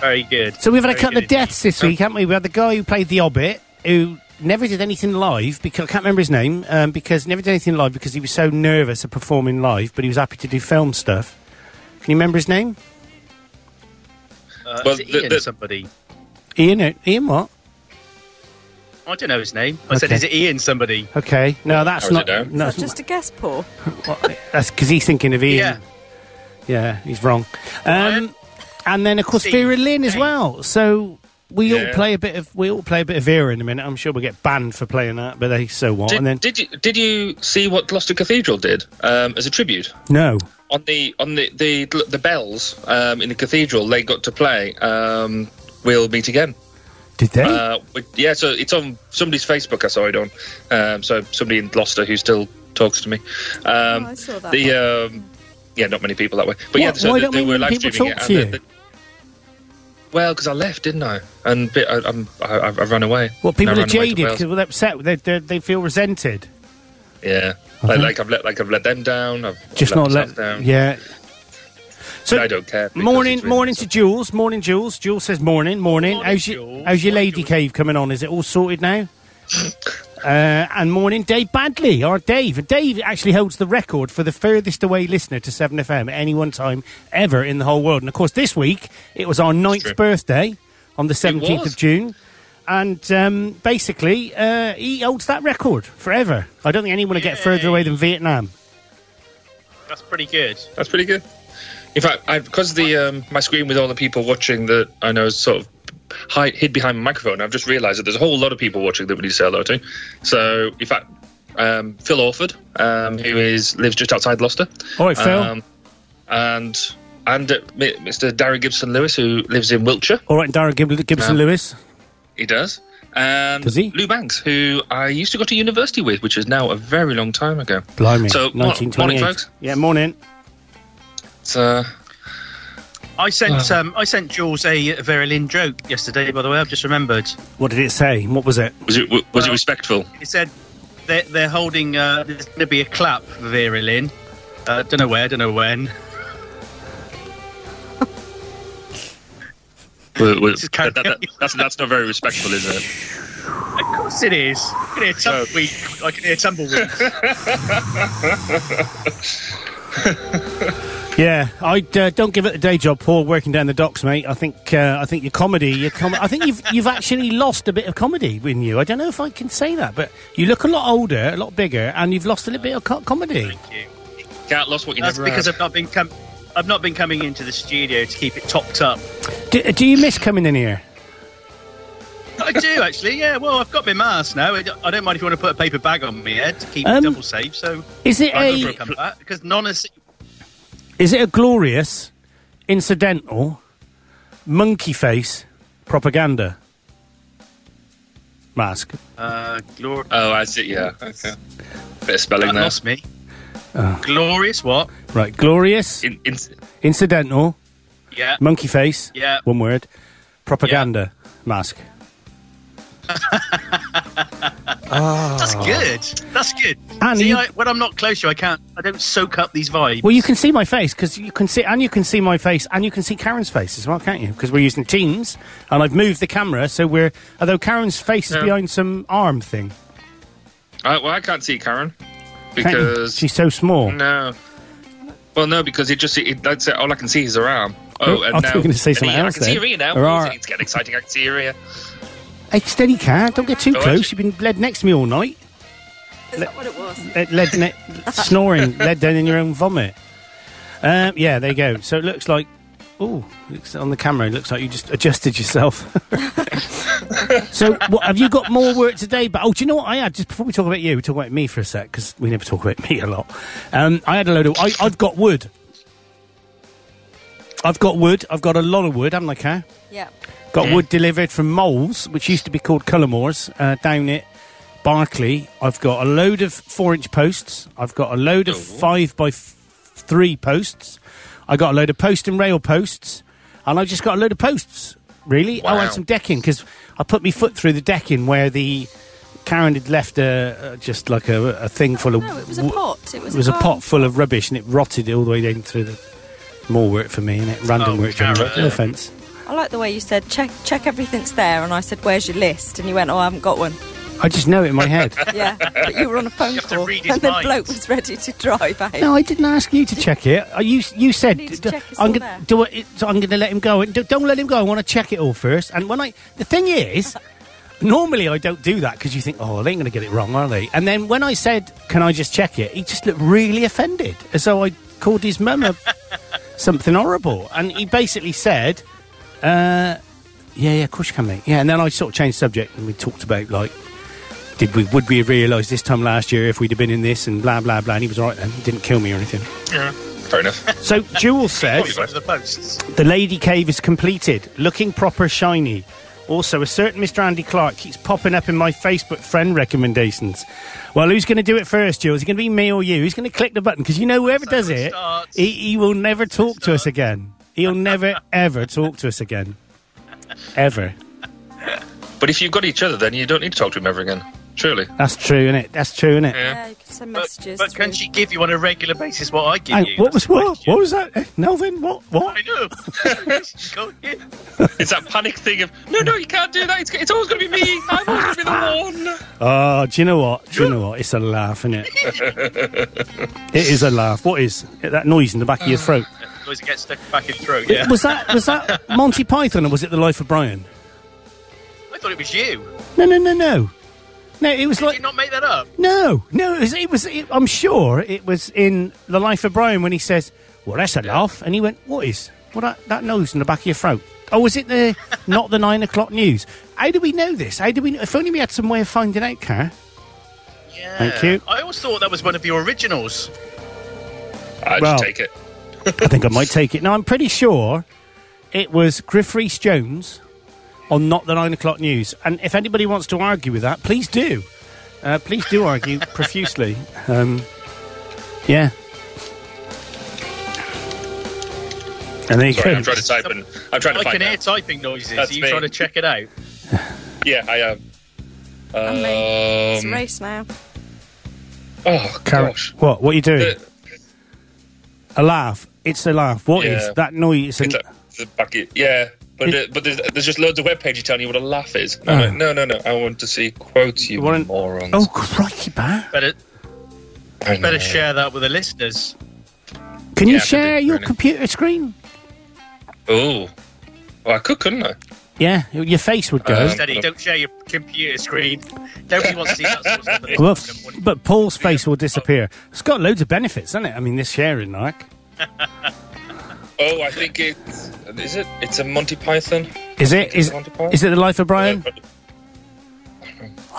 [SPEAKER 7] Very good.
[SPEAKER 5] So we've had a
[SPEAKER 7] Very
[SPEAKER 5] couple
[SPEAKER 7] good
[SPEAKER 5] of deaths this week, haven't we? We had the guy who played the Hobbit, who never did anything live because I can't remember his name, um, because never did anything live because he was so nervous of performing live, but he was happy to do film stuff. Can you remember his name?
[SPEAKER 7] Uh,
[SPEAKER 8] Well,
[SPEAKER 7] is it
[SPEAKER 8] the-
[SPEAKER 7] Ian
[SPEAKER 8] the-
[SPEAKER 7] somebody.
[SPEAKER 5] Ian? uh, Ian what?
[SPEAKER 7] I don't know his name. I said,
[SPEAKER 5] Okay.
[SPEAKER 7] is it Ian somebody?
[SPEAKER 5] Okay, no, *laughs* that's
[SPEAKER 8] Narrows
[SPEAKER 5] not.
[SPEAKER 8] it down.
[SPEAKER 5] No,
[SPEAKER 6] Is that just a guess, Paul?
[SPEAKER 5] that's because he's thinking of Ian.
[SPEAKER 7] Yeah.
[SPEAKER 5] Yeah, he's wrong. Um,
[SPEAKER 7] Ryan?
[SPEAKER 5] and then of course
[SPEAKER 7] Steve.
[SPEAKER 5] Vera Lynn as
[SPEAKER 7] Hey.
[SPEAKER 5] well. So we all
[SPEAKER 8] Yeah.
[SPEAKER 5] play a bit of we all play a bit of Vera in a minute. I'm sure we'll get banned for playing that, but they so what?
[SPEAKER 8] Did,
[SPEAKER 5] and then
[SPEAKER 8] did you did you see what Gloucester Cathedral did um, as a tribute?
[SPEAKER 5] no,
[SPEAKER 8] on the on the the, the bells um, in the cathedral they got to play um, we'll meet again
[SPEAKER 5] did they?
[SPEAKER 8] uh, but yeah so it's on somebody's facebook i saw it on um, so somebody in gloucester who still talks to me um,
[SPEAKER 6] Oh, I saw that
[SPEAKER 8] the um, yeah not many people that way but yeah
[SPEAKER 5] What?
[SPEAKER 8] so
[SPEAKER 5] Why
[SPEAKER 8] they,
[SPEAKER 5] don't
[SPEAKER 8] they
[SPEAKER 5] many
[SPEAKER 8] were live
[SPEAKER 5] people
[SPEAKER 8] streaming it
[SPEAKER 5] talk
[SPEAKER 8] and
[SPEAKER 5] to
[SPEAKER 8] the-
[SPEAKER 5] you?
[SPEAKER 8] the- well because i left didn't i and bit- I, I'm, I, I ran away
[SPEAKER 5] Well, people
[SPEAKER 8] And I
[SPEAKER 5] are
[SPEAKER 8] ran away to
[SPEAKER 5] jaded,
[SPEAKER 8] Wales.
[SPEAKER 5] 'cause they're upset, they, they, they feel resented.
[SPEAKER 8] yeah like, like i've let like i've let them down i've I've
[SPEAKER 5] Just
[SPEAKER 8] let
[SPEAKER 5] not
[SPEAKER 8] myself
[SPEAKER 5] let.
[SPEAKER 8] down
[SPEAKER 5] Yeah. So,
[SPEAKER 8] I don't care because
[SPEAKER 5] Morning,
[SPEAKER 8] it's really
[SPEAKER 5] morning to Jules. Morning, Jules. Jules says morning, morning.
[SPEAKER 7] Morning,
[SPEAKER 5] how's, your,
[SPEAKER 7] Jules.
[SPEAKER 5] how's your
[SPEAKER 7] Morning,
[SPEAKER 5] lady
[SPEAKER 7] Jules.
[SPEAKER 5] cave coming on? Is it all sorted
[SPEAKER 8] *laughs*
[SPEAKER 5] now? uh, and morning, Dave Badley. Or Dave. Dave actually holds the record for the furthest away listener to 7FM at any one time ever in the whole world. And of course, this week it was our ninth
[SPEAKER 8] true.
[SPEAKER 5] birthday on the 17th
[SPEAKER 8] was.
[SPEAKER 5] of June. And um, basically, uh, he holds that record forever. I don't think anyone will get further
[SPEAKER 7] Yay.
[SPEAKER 5] away than Vietnam.
[SPEAKER 7] That's pretty good.
[SPEAKER 8] That's pretty good. In fact, I, because the um, my screen with all the people watching that I know is sort of hide, hid behind my microphone, I've just realised that there's a whole lot of people watching that we need to say hello to. So, in fact, um, Phil Orford, um, who is lives just outside Gloucester,
[SPEAKER 5] All right, Phil.
[SPEAKER 8] um, and and uh, Mi- Mr. Darren Gibson Lewis, who lives in Wiltshire,
[SPEAKER 5] All right, Darren Gib-
[SPEAKER 8] um,
[SPEAKER 5] Gibson Lewis.
[SPEAKER 8] he does. And
[SPEAKER 5] Does he?
[SPEAKER 8] Lou Banks, who I used to go to university with, which is now a very long time ago.
[SPEAKER 5] Blimey.
[SPEAKER 8] So, mo- morning,
[SPEAKER 5] 1928.
[SPEAKER 8] folks.
[SPEAKER 5] Yeah, morning.
[SPEAKER 8] It's, uh,
[SPEAKER 7] I sent um, I sent Jules a Vera Lynn joke yesterday. By the way, I've just remembered.
[SPEAKER 5] What did it say? What was it?
[SPEAKER 8] was it was it
[SPEAKER 7] Well-
[SPEAKER 8] respectful?
[SPEAKER 7] It said they're, they're holding. Uh, there's going to be a clap for Vera Lynn. Uh, don't know where. Don't know when.
[SPEAKER 8] Well, well,
[SPEAKER 7] is
[SPEAKER 8] that-
[SPEAKER 7] karaoke.
[SPEAKER 8] that- that's, that's not very respectful, is it?
[SPEAKER 7] Of course it is. I can hear tumbleweed. I
[SPEAKER 5] *laughs*
[SPEAKER 7] can hear tumbleweed.
[SPEAKER 5] Yeah, I uh, don't give it a day job, Paul. Working down the docks, mate. I think uh, I think your comedy, your com- I think you've you've actually lost a bit of comedy in you. I don't know if I can say that, but you look a lot older, a lot bigger, and you've lost a little bit of co- comedy.
[SPEAKER 8] Can't lost what you
[SPEAKER 7] That's
[SPEAKER 8] never
[SPEAKER 7] because
[SPEAKER 8] had.
[SPEAKER 7] I've not been com- I've not been coming into the studio to keep it topped up.
[SPEAKER 5] Do, do you miss coming in here?
[SPEAKER 7] I
[SPEAKER 5] *laughs*
[SPEAKER 7] do actually. Yeah. Well, I've got my mask now. I don't- I don't mind if you want to put a paper bag on me head to keep
[SPEAKER 5] Um,
[SPEAKER 7] it double safe. So
[SPEAKER 5] is it
[SPEAKER 7] I'm
[SPEAKER 5] a-
[SPEAKER 7] for a comeback because non
[SPEAKER 5] Is it a glorious, incidental, monkey face propaganda mask?
[SPEAKER 7] uh, glor-
[SPEAKER 8] Oh, I see. Yeah. Okay. Bit of spelling
[SPEAKER 7] that
[SPEAKER 8] there.
[SPEAKER 7] lost me.
[SPEAKER 5] Uh.
[SPEAKER 7] Glorious what?
[SPEAKER 5] Right, glorious,
[SPEAKER 8] In, in,
[SPEAKER 5] incidental,
[SPEAKER 7] Yeah.
[SPEAKER 5] monkey face.
[SPEAKER 7] Yeah.
[SPEAKER 5] One word. Propaganda mask.
[SPEAKER 7] That's good. That's good.
[SPEAKER 5] And
[SPEAKER 7] See,
[SPEAKER 5] you-
[SPEAKER 7] I, when I'm not close to you, I can't. I don't soak up these vibes.
[SPEAKER 5] Well, you can see my face because you can see, and you can see my face, and you can see Karen's face as well, can't you? Because we're using Teams, and I've moved the camera, so we're although Karen's face is
[SPEAKER 8] Yeah.
[SPEAKER 5] behind some arm thing.
[SPEAKER 8] I, well, I can't see Karen
[SPEAKER 5] can't you?
[SPEAKER 8] because
[SPEAKER 5] she's so small.
[SPEAKER 8] no. Well, no, because it just it, that's it. All I can see is her arm.
[SPEAKER 5] Oh,
[SPEAKER 8] Oh, and
[SPEAKER 5] I thought
[SPEAKER 8] now
[SPEAKER 5] you were gonna say
[SPEAKER 8] and
[SPEAKER 5] something
[SPEAKER 8] here,
[SPEAKER 5] else
[SPEAKER 8] I can see
[SPEAKER 5] then.
[SPEAKER 8] her ear now.
[SPEAKER 5] Her arm.
[SPEAKER 8] It's getting exciting. I can see her ear.
[SPEAKER 5] Hey, steady, Karen. Don't get too
[SPEAKER 8] Oh,
[SPEAKER 5] close.
[SPEAKER 8] actually-
[SPEAKER 5] You've been led next to me all night,
[SPEAKER 6] Is that what it was?
[SPEAKER 5] led, led ne- snoring, *laughs* led down in your own vomit. Um, yeah, there you go. So it looks like, oh, looks on the camera, it looks like you just adjusted yourself. *laughs* so what, have you got more work today? But oh, do you know what I had? Just before we talk about you, we talk about me for a sec because we never talk about me a lot. Um, I had a load of. I, I've got wood. I've got wood. I've got a lot of wood, haven't I, Car?
[SPEAKER 6] Yeah.
[SPEAKER 5] Got wood delivered from Moles, which used to be called Cullamores, uh, down at Barclay. I've got a load of four inch posts. I've got a load of five by f- three posts. I got a load of post and rail posts. And I just got a load of posts, really. I
[SPEAKER 8] Wow.
[SPEAKER 5] want some decking because I put my foot through the decking where the Karen had left a, uh, just like a, a thing full of.
[SPEAKER 6] No, it was a
[SPEAKER 5] wo-
[SPEAKER 6] pot. It was,
[SPEAKER 5] It was a
[SPEAKER 6] garden
[SPEAKER 5] pot full of rubbish and it rotted all the way down through the. More work for me, and it random
[SPEAKER 7] Oh,
[SPEAKER 5] work. Karen.
[SPEAKER 7] Karen.
[SPEAKER 5] No offense.
[SPEAKER 6] I like the way you said check check everything's there, and I said where's your list, and you went oh I haven't got one.
[SPEAKER 5] I just know it in my head.
[SPEAKER 6] Yeah,
[SPEAKER 7] *laughs*
[SPEAKER 6] but you were on a phone
[SPEAKER 7] You have to
[SPEAKER 6] call,
[SPEAKER 7] read his
[SPEAKER 6] and the
[SPEAKER 7] mind.
[SPEAKER 6] bloke was ready to drive out.
[SPEAKER 5] No, I didn't ask you to check it. Uh, You you said
[SPEAKER 6] need to
[SPEAKER 5] d-
[SPEAKER 6] check it's
[SPEAKER 5] I'm
[SPEAKER 6] all
[SPEAKER 5] gonna
[SPEAKER 6] there.
[SPEAKER 5] do it. So I'm gonna let him go. D- Don't let him go. I want to check it all first. And when I the thing is,
[SPEAKER 6] *laughs*
[SPEAKER 5] normally I don't do that because you think, oh, they ain't gonna get it wrong, are they? And then when I said, can I just check it? He just looked really offended, as though I called his
[SPEAKER 6] *laughs*
[SPEAKER 5] mum a- something horrible. And he basically said, uh, yeah, yeah, of course you can, mate. Yeah. And then I sort of changed subject and we talked about like did we would we have realised this time last year if we'd have been in this and blah blah blah and he was all right then he didn't kill me or anything
[SPEAKER 8] Yeah. Fair *laughs* enough.
[SPEAKER 5] so jewel says
[SPEAKER 7] Over the posts.
[SPEAKER 5] the lady cave is completed looking proper shiny also a certain mr andy clark keeps popping up in my facebook friend recommendations well who's going to do it first jewel is it going to be me or you who's going to click the button because you know whoever does
[SPEAKER 7] it
[SPEAKER 5] it
[SPEAKER 7] starts.
[SPEAKER 5] he, he will never talk to us again he'll never
[SPEAKER 7] *laughs*
[SPEAKER 5] ever talk to us again ever
[SPEAKER 8] But if you've got each other, then you don't need to talk to him ever again. Surely.
[SPEAKER 5] that's true isn't it that's true isn't it
[SPEAKER 8] Yeah.
[SPEAKER 6] Yeah, you can send
[SPEAKER 7] But,
[SPEAKER 6] messages.
[SPEAKER 7] but can
[SPEAKER 6] through.
[SPEAKER 7] she give you on a regular basis what I give
[SPEAKER 5] Hang-
[SPEAKER 7] you?
[SPEAKER 5] what
[SPEAKER 7] That's
[SPEAKER 5] was
[SPEAKER 7] the
[SPEAKER 5] what?
[SPEAKER 7] question.
[SPEAKER 5] What was that? Eh, Melvin? What? What?
[SPEAKER 7] I know. Go ahead.
[SPEAKER 8] It's that panic thing of no, no, you can't do that. It's, it's always going to be me. I'm always
[SPEAKER 5] *laughs*
[SPEAKER 8] going to be the one.
[SPEAKER 5] Oh, do you know what? Do
[SPEAKER 7] *laughs*
[SPEAKER 5] you know what? It's a laugh, isn't it? it is a laugh. What is that noise in
[SPEAKER 7] *sighs*
[SPEAKER 5] the back of your throat?
[SPEAKER 7] Always get stuck back in the throat. Yeah.
[SPEAKER 5] Was that was that Monty Python or was it The Life of Brian?
[SPEAKER 7] I thought it was you.
[SPEAKER 5] No, no, no, no, no. It was
[SPEAKER 7] Did you
[SPEAKER 5] like
[SPEAKER 7] not make that up?
[SPEAKER 5] no, no. It was. It was it, I'm sure it was in The Life of Brian when he says, "Well, that's a laugh," and he went, "What is? What that, that noise in the back of your throat?" Oh, was it the not the nine o'clock news? How do we know this? How do we? Know? If only we had some way of finding out, Car.
[SPEAKER 7] Yeah.
[SPEAKER 5] Thank you.
[SPEAKER 7] I always thought that was one of your originals.
[SPEAKER 8] I
[SPEAKER 5] Well.
[SPEAKER 8] just take it.
[SPEAKER 5] I think I might take it. Now, I'm pretty sure it was Griff Rhys Jones on Not the Nine O'Clock News. And if anybody wants to argue with that, please do. Uh, please do
[SPEAKER 8] *laughs*
[SPEAKER 5] argue profusely. Um, yeah. And there you
[SPEAKER 8] Sorry,
[SPEAKER 5] go.
[SPEAKER 8] I'm trying to type and I'm trying to
[SPEAKER 7] I
[SPEAKER 8] find
[SPEAKER 7] can hear
[SPEAKER 8] out.
[SPEAKER 7] typing noises.
[SPEAKER 8] That's
[SPEAKER 7] Are you
[SPEAKER 8] me.
[SPEAKER 7] trying to check it out?
[SPEAKER 8] Yeah, I um, am.
[SPEAKER 6] And me. it's a
[SPEAKER 8] Um,
[SPEAKER 6] race now.
[SPEAKER 8] Oh
[SPEAKER 5] Karen,
[SPEAKER 8] gosh.
[SPEAKER 5] What? What are you doing?
[SPEAKER 8] The-
[SPEAKER 5] a laugh. It's a laugh. What is
[SPEAKER 8] Yeah.
[SPEAKER 5] that noise?
[SPEAKER 8] It's
[SPEAKER 5] And,
[SPEAKER 8] like the back of- yeah. But, uh, but there's, there's just loads of web pages telling you what a laugh is. And I'm
[SPEAKER 5] Oh.
[SPEAKER 8] like, no, no, no. I want to see quotes, you,
[SPEAKER 5] You Oh, wanna-
[SPEAKER 8] morons.
[SPEAKER 5] oh, crikey, Bat.
[SPEAKER 7] Better,
[SPEAKER 8] I know.
[SPEAKER 7] better share that with the listeners.
[SPEAKER 5] Can you
[SPEAKER 8] Yeah,
[SPEAKER 5] share
[SPEAKER 8] pretty-
[SPEAKER 5] your
[SPEAKER 8] really.
[SPEAKER 5] computer screen?
[SPEAKER 8] Oh, well, I could, couldn't I?
[SPEAKER 5] Yeah, your face would go.
[SPEAKER 8] Uh,
[SPEAKER 7] Steady, don't share your computer screen. Nobody wants to see that sort of stuff. *laughs*
[SPEAKER 5] *laughs* well, f- but Paul's face will disappear. It's got loads of benefits, hasn't it? I mean, this sharing, like,
[SPEAKER 8] Oh, I think it's is it? It's a Monty Python. Uh,
[SPEAKER 5] is it is is it the life of Brian?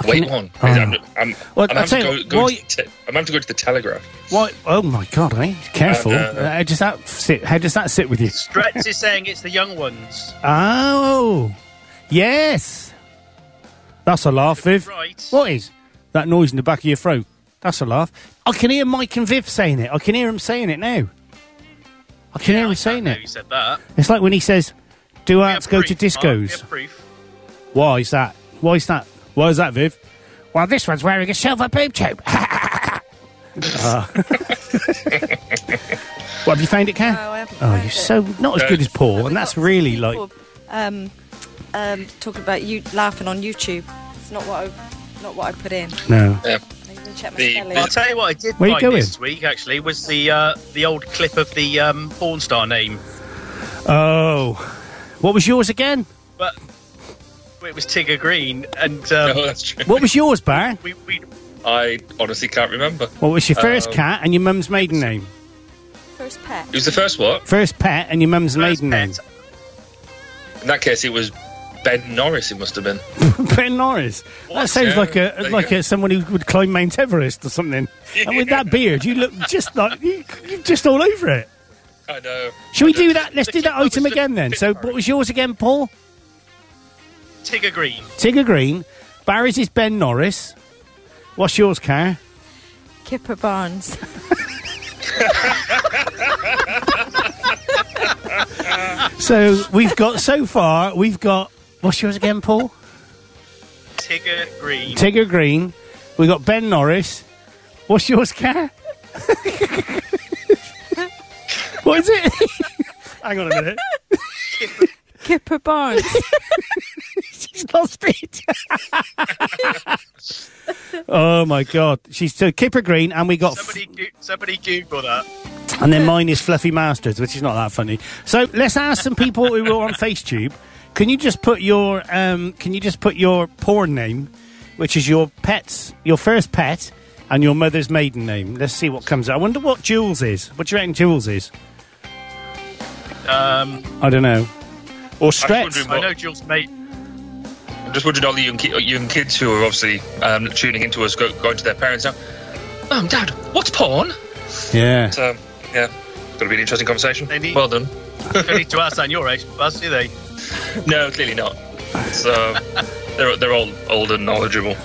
[SPEAKER 8] Wait
[SPEAKER 5] can-
[SPEAKER 8] one.
[SPEAKER 5] Oh.
[SPEAKER 8] I'm, I'm,
[SPEAKER 5] Well,
[SPEAKER 8] I'm
[SPEAKER 5] I'll
[SPEAKER 8] having
[SPEAKER 5] tell you
[SPEAKER 8] to go, go
[SPEAKER 5] what,
[SPEAKER 8] to the te- I'm having to go to the Telegraph.
[SPEAKER 5] Why? Oh my God, eh? Careful.
[SPEAKER 8] Uh,
[SPEAKER 5] Uh,
[SPEAKER 8] uh,
[SPEAKER 5] how does that sit? How does that sit with you?
[SPEAKER 7] Stretz is saying it's the young ones.
[SPEAKER 5] Oh, yes. That's a laugh, Viv.
[SPEAKER 7] Right.
[SPEAKER 5] What is that noise in the back of your throat? That's a laugh. I can hear Mike and Viv saying it. I can hear him saying it now. I can hear him saying
[SPEAKER 7] No, you
[SPEAKER 5] it.
[SPEAKER 7] said that.
[SPEAKER 5] It's like when he says, "Do
[SPEAKER 7] Yeah,
[SPEAKER 5] arts go to
[SPEAKER 7] proof, Mark,
[SPEAKER 5] discos?"
[SPEAKER 7] yeah, proof.
[SPEAKER 5] Why is that? Why is that? Why is that, Viv? Well, this one's wearing a silver boob tube. *laughs* Ah. *laughs* what have you found it, Ken?
[SPEAKER 6] No, I haven't
[SPEAKER 5] oh,
[SPEAKER 6] found
[SPEAKER 5] you're
[SPEAKER 6] it.
[SPEAKER 5] so not as good as Paul, Oh, and that's really like
[SPEAKER 6] People, um, um, talking about you laughing on YouTube. It's not what I, not what I put in.
[SPEAKER 5] no.
[SPEAKER 8] Yeah.
[SPEAKER 6] I even check my
[SPEAKER 8] The-
[SPEAKER 6] spelling.
[SPEAKER 7] I'll tell you what I did
[SPEAKER 5] Where you
[SPEAKER 7] find
[SPEAKER 5] going?
[SPEAKER 7] this week actually was the uh, the old clip of the um, porn star name,
[SPEAKER 5] Oh, what was yours again?
[SPEAKER 7] but it was Tigger Green, and um,
[SPEAKER 8] *laughs* No, that's true.
[SPEAKER 5] What was yours, Bar?
[SPEAKER 7] we, we
[SPEAKER 8] I honestly can't remember.
[SPEAKER 5] What was your first
[SPEAKER 8] Um,
[SPEAKER 5] cat and your mum's maiden name?
[SPEAKER 6] First pet.
[SPEAKER 8] It was the first what?
[SPEAKER 5] First pet and your mum's maiden name. *laughs*
[SPEAKER 7] pet.
[SPEAKER 8] In that case, it was Ben Norris. It must have been.
[SPEAKER 5] Ben Norris. That
[SPEAKER 8] What?
[SPEAKER 5] sounds
[SPEAKER 8] Yeah,
[SPEAKER 5] like
[SPEAKER 8] there
[SPEAKER 5] a
[SPEAKER 8] you
[SPEAKER 5] like
[SPEAKER 8] go.
[SPEAKER 5] a, someone who would climb Mount Everest or something. And with that beard, you look just like you, you're just all over it.
[SPEAKER 8] I know.
[SPEAKER 5] Should we
[SPEAKER 8] I don't-
[SPEAKER 5] do that? Let's do that item again then. So, what was yours again, Paul?
[SPEAKER 7] Tigger Green.
[SPEAKER 5] Tigger Green. Barry's is Ben Norris. What's yours, Car?
[SPEAKER 6] Kipper Barnes. *laughs*
[SPEAKER 5] So we've got so far we've got what's yours again, Paul?
[SPEAKER 7] Tigger Green.
[SPEAKER 5] Tigger Green. We got Ben Norris. What's yours, Car? *laughs* what is it? *laughs* Hang on a minute.
[SPEAKER 6] Kipper Barnes.
[SPEAKER 5] *laughs* She's lost it. *laughs* oh my god. She's so Kipper Green and we got
[SPEAKER 7] Somebody, go- somebody Google that.
[SPEAKER 5] And then mine is Fluffy Masters, which is not that funny. So let's ask some people who were on FaceTube. Can you just put your um, Can you just put your porn name, which is your pet's, your first pet, and your mother's maiden name? Let's see what comes out. I wonder what Jules is. What do you reckon Jules is?
[SPEAKER 7] Um,
[SPEAKER 5] I don't know. Or Stretch.
[SPEAKER 8] wondering-
[SPEAKER 7] I know Jules mate.
[SPEAKER 8] I'm just wondering all the young, ki- young kids who are obviously um, tuning into us, go, going to their parents now. Mum, Dad, what's porn?
[SPEAKER 5] Yeah.
[SPEAKER 8] So, yeah, going to be an interesting conversation.
[SPEAKER 7] They need-
[SPEAKER 8] Well done.
[SPEAKER 7] Don't need to ask that on your age, us, do they?
[SPEAKER 8] No, clearly not. *laughs* So they're they're all old and knowledgeable.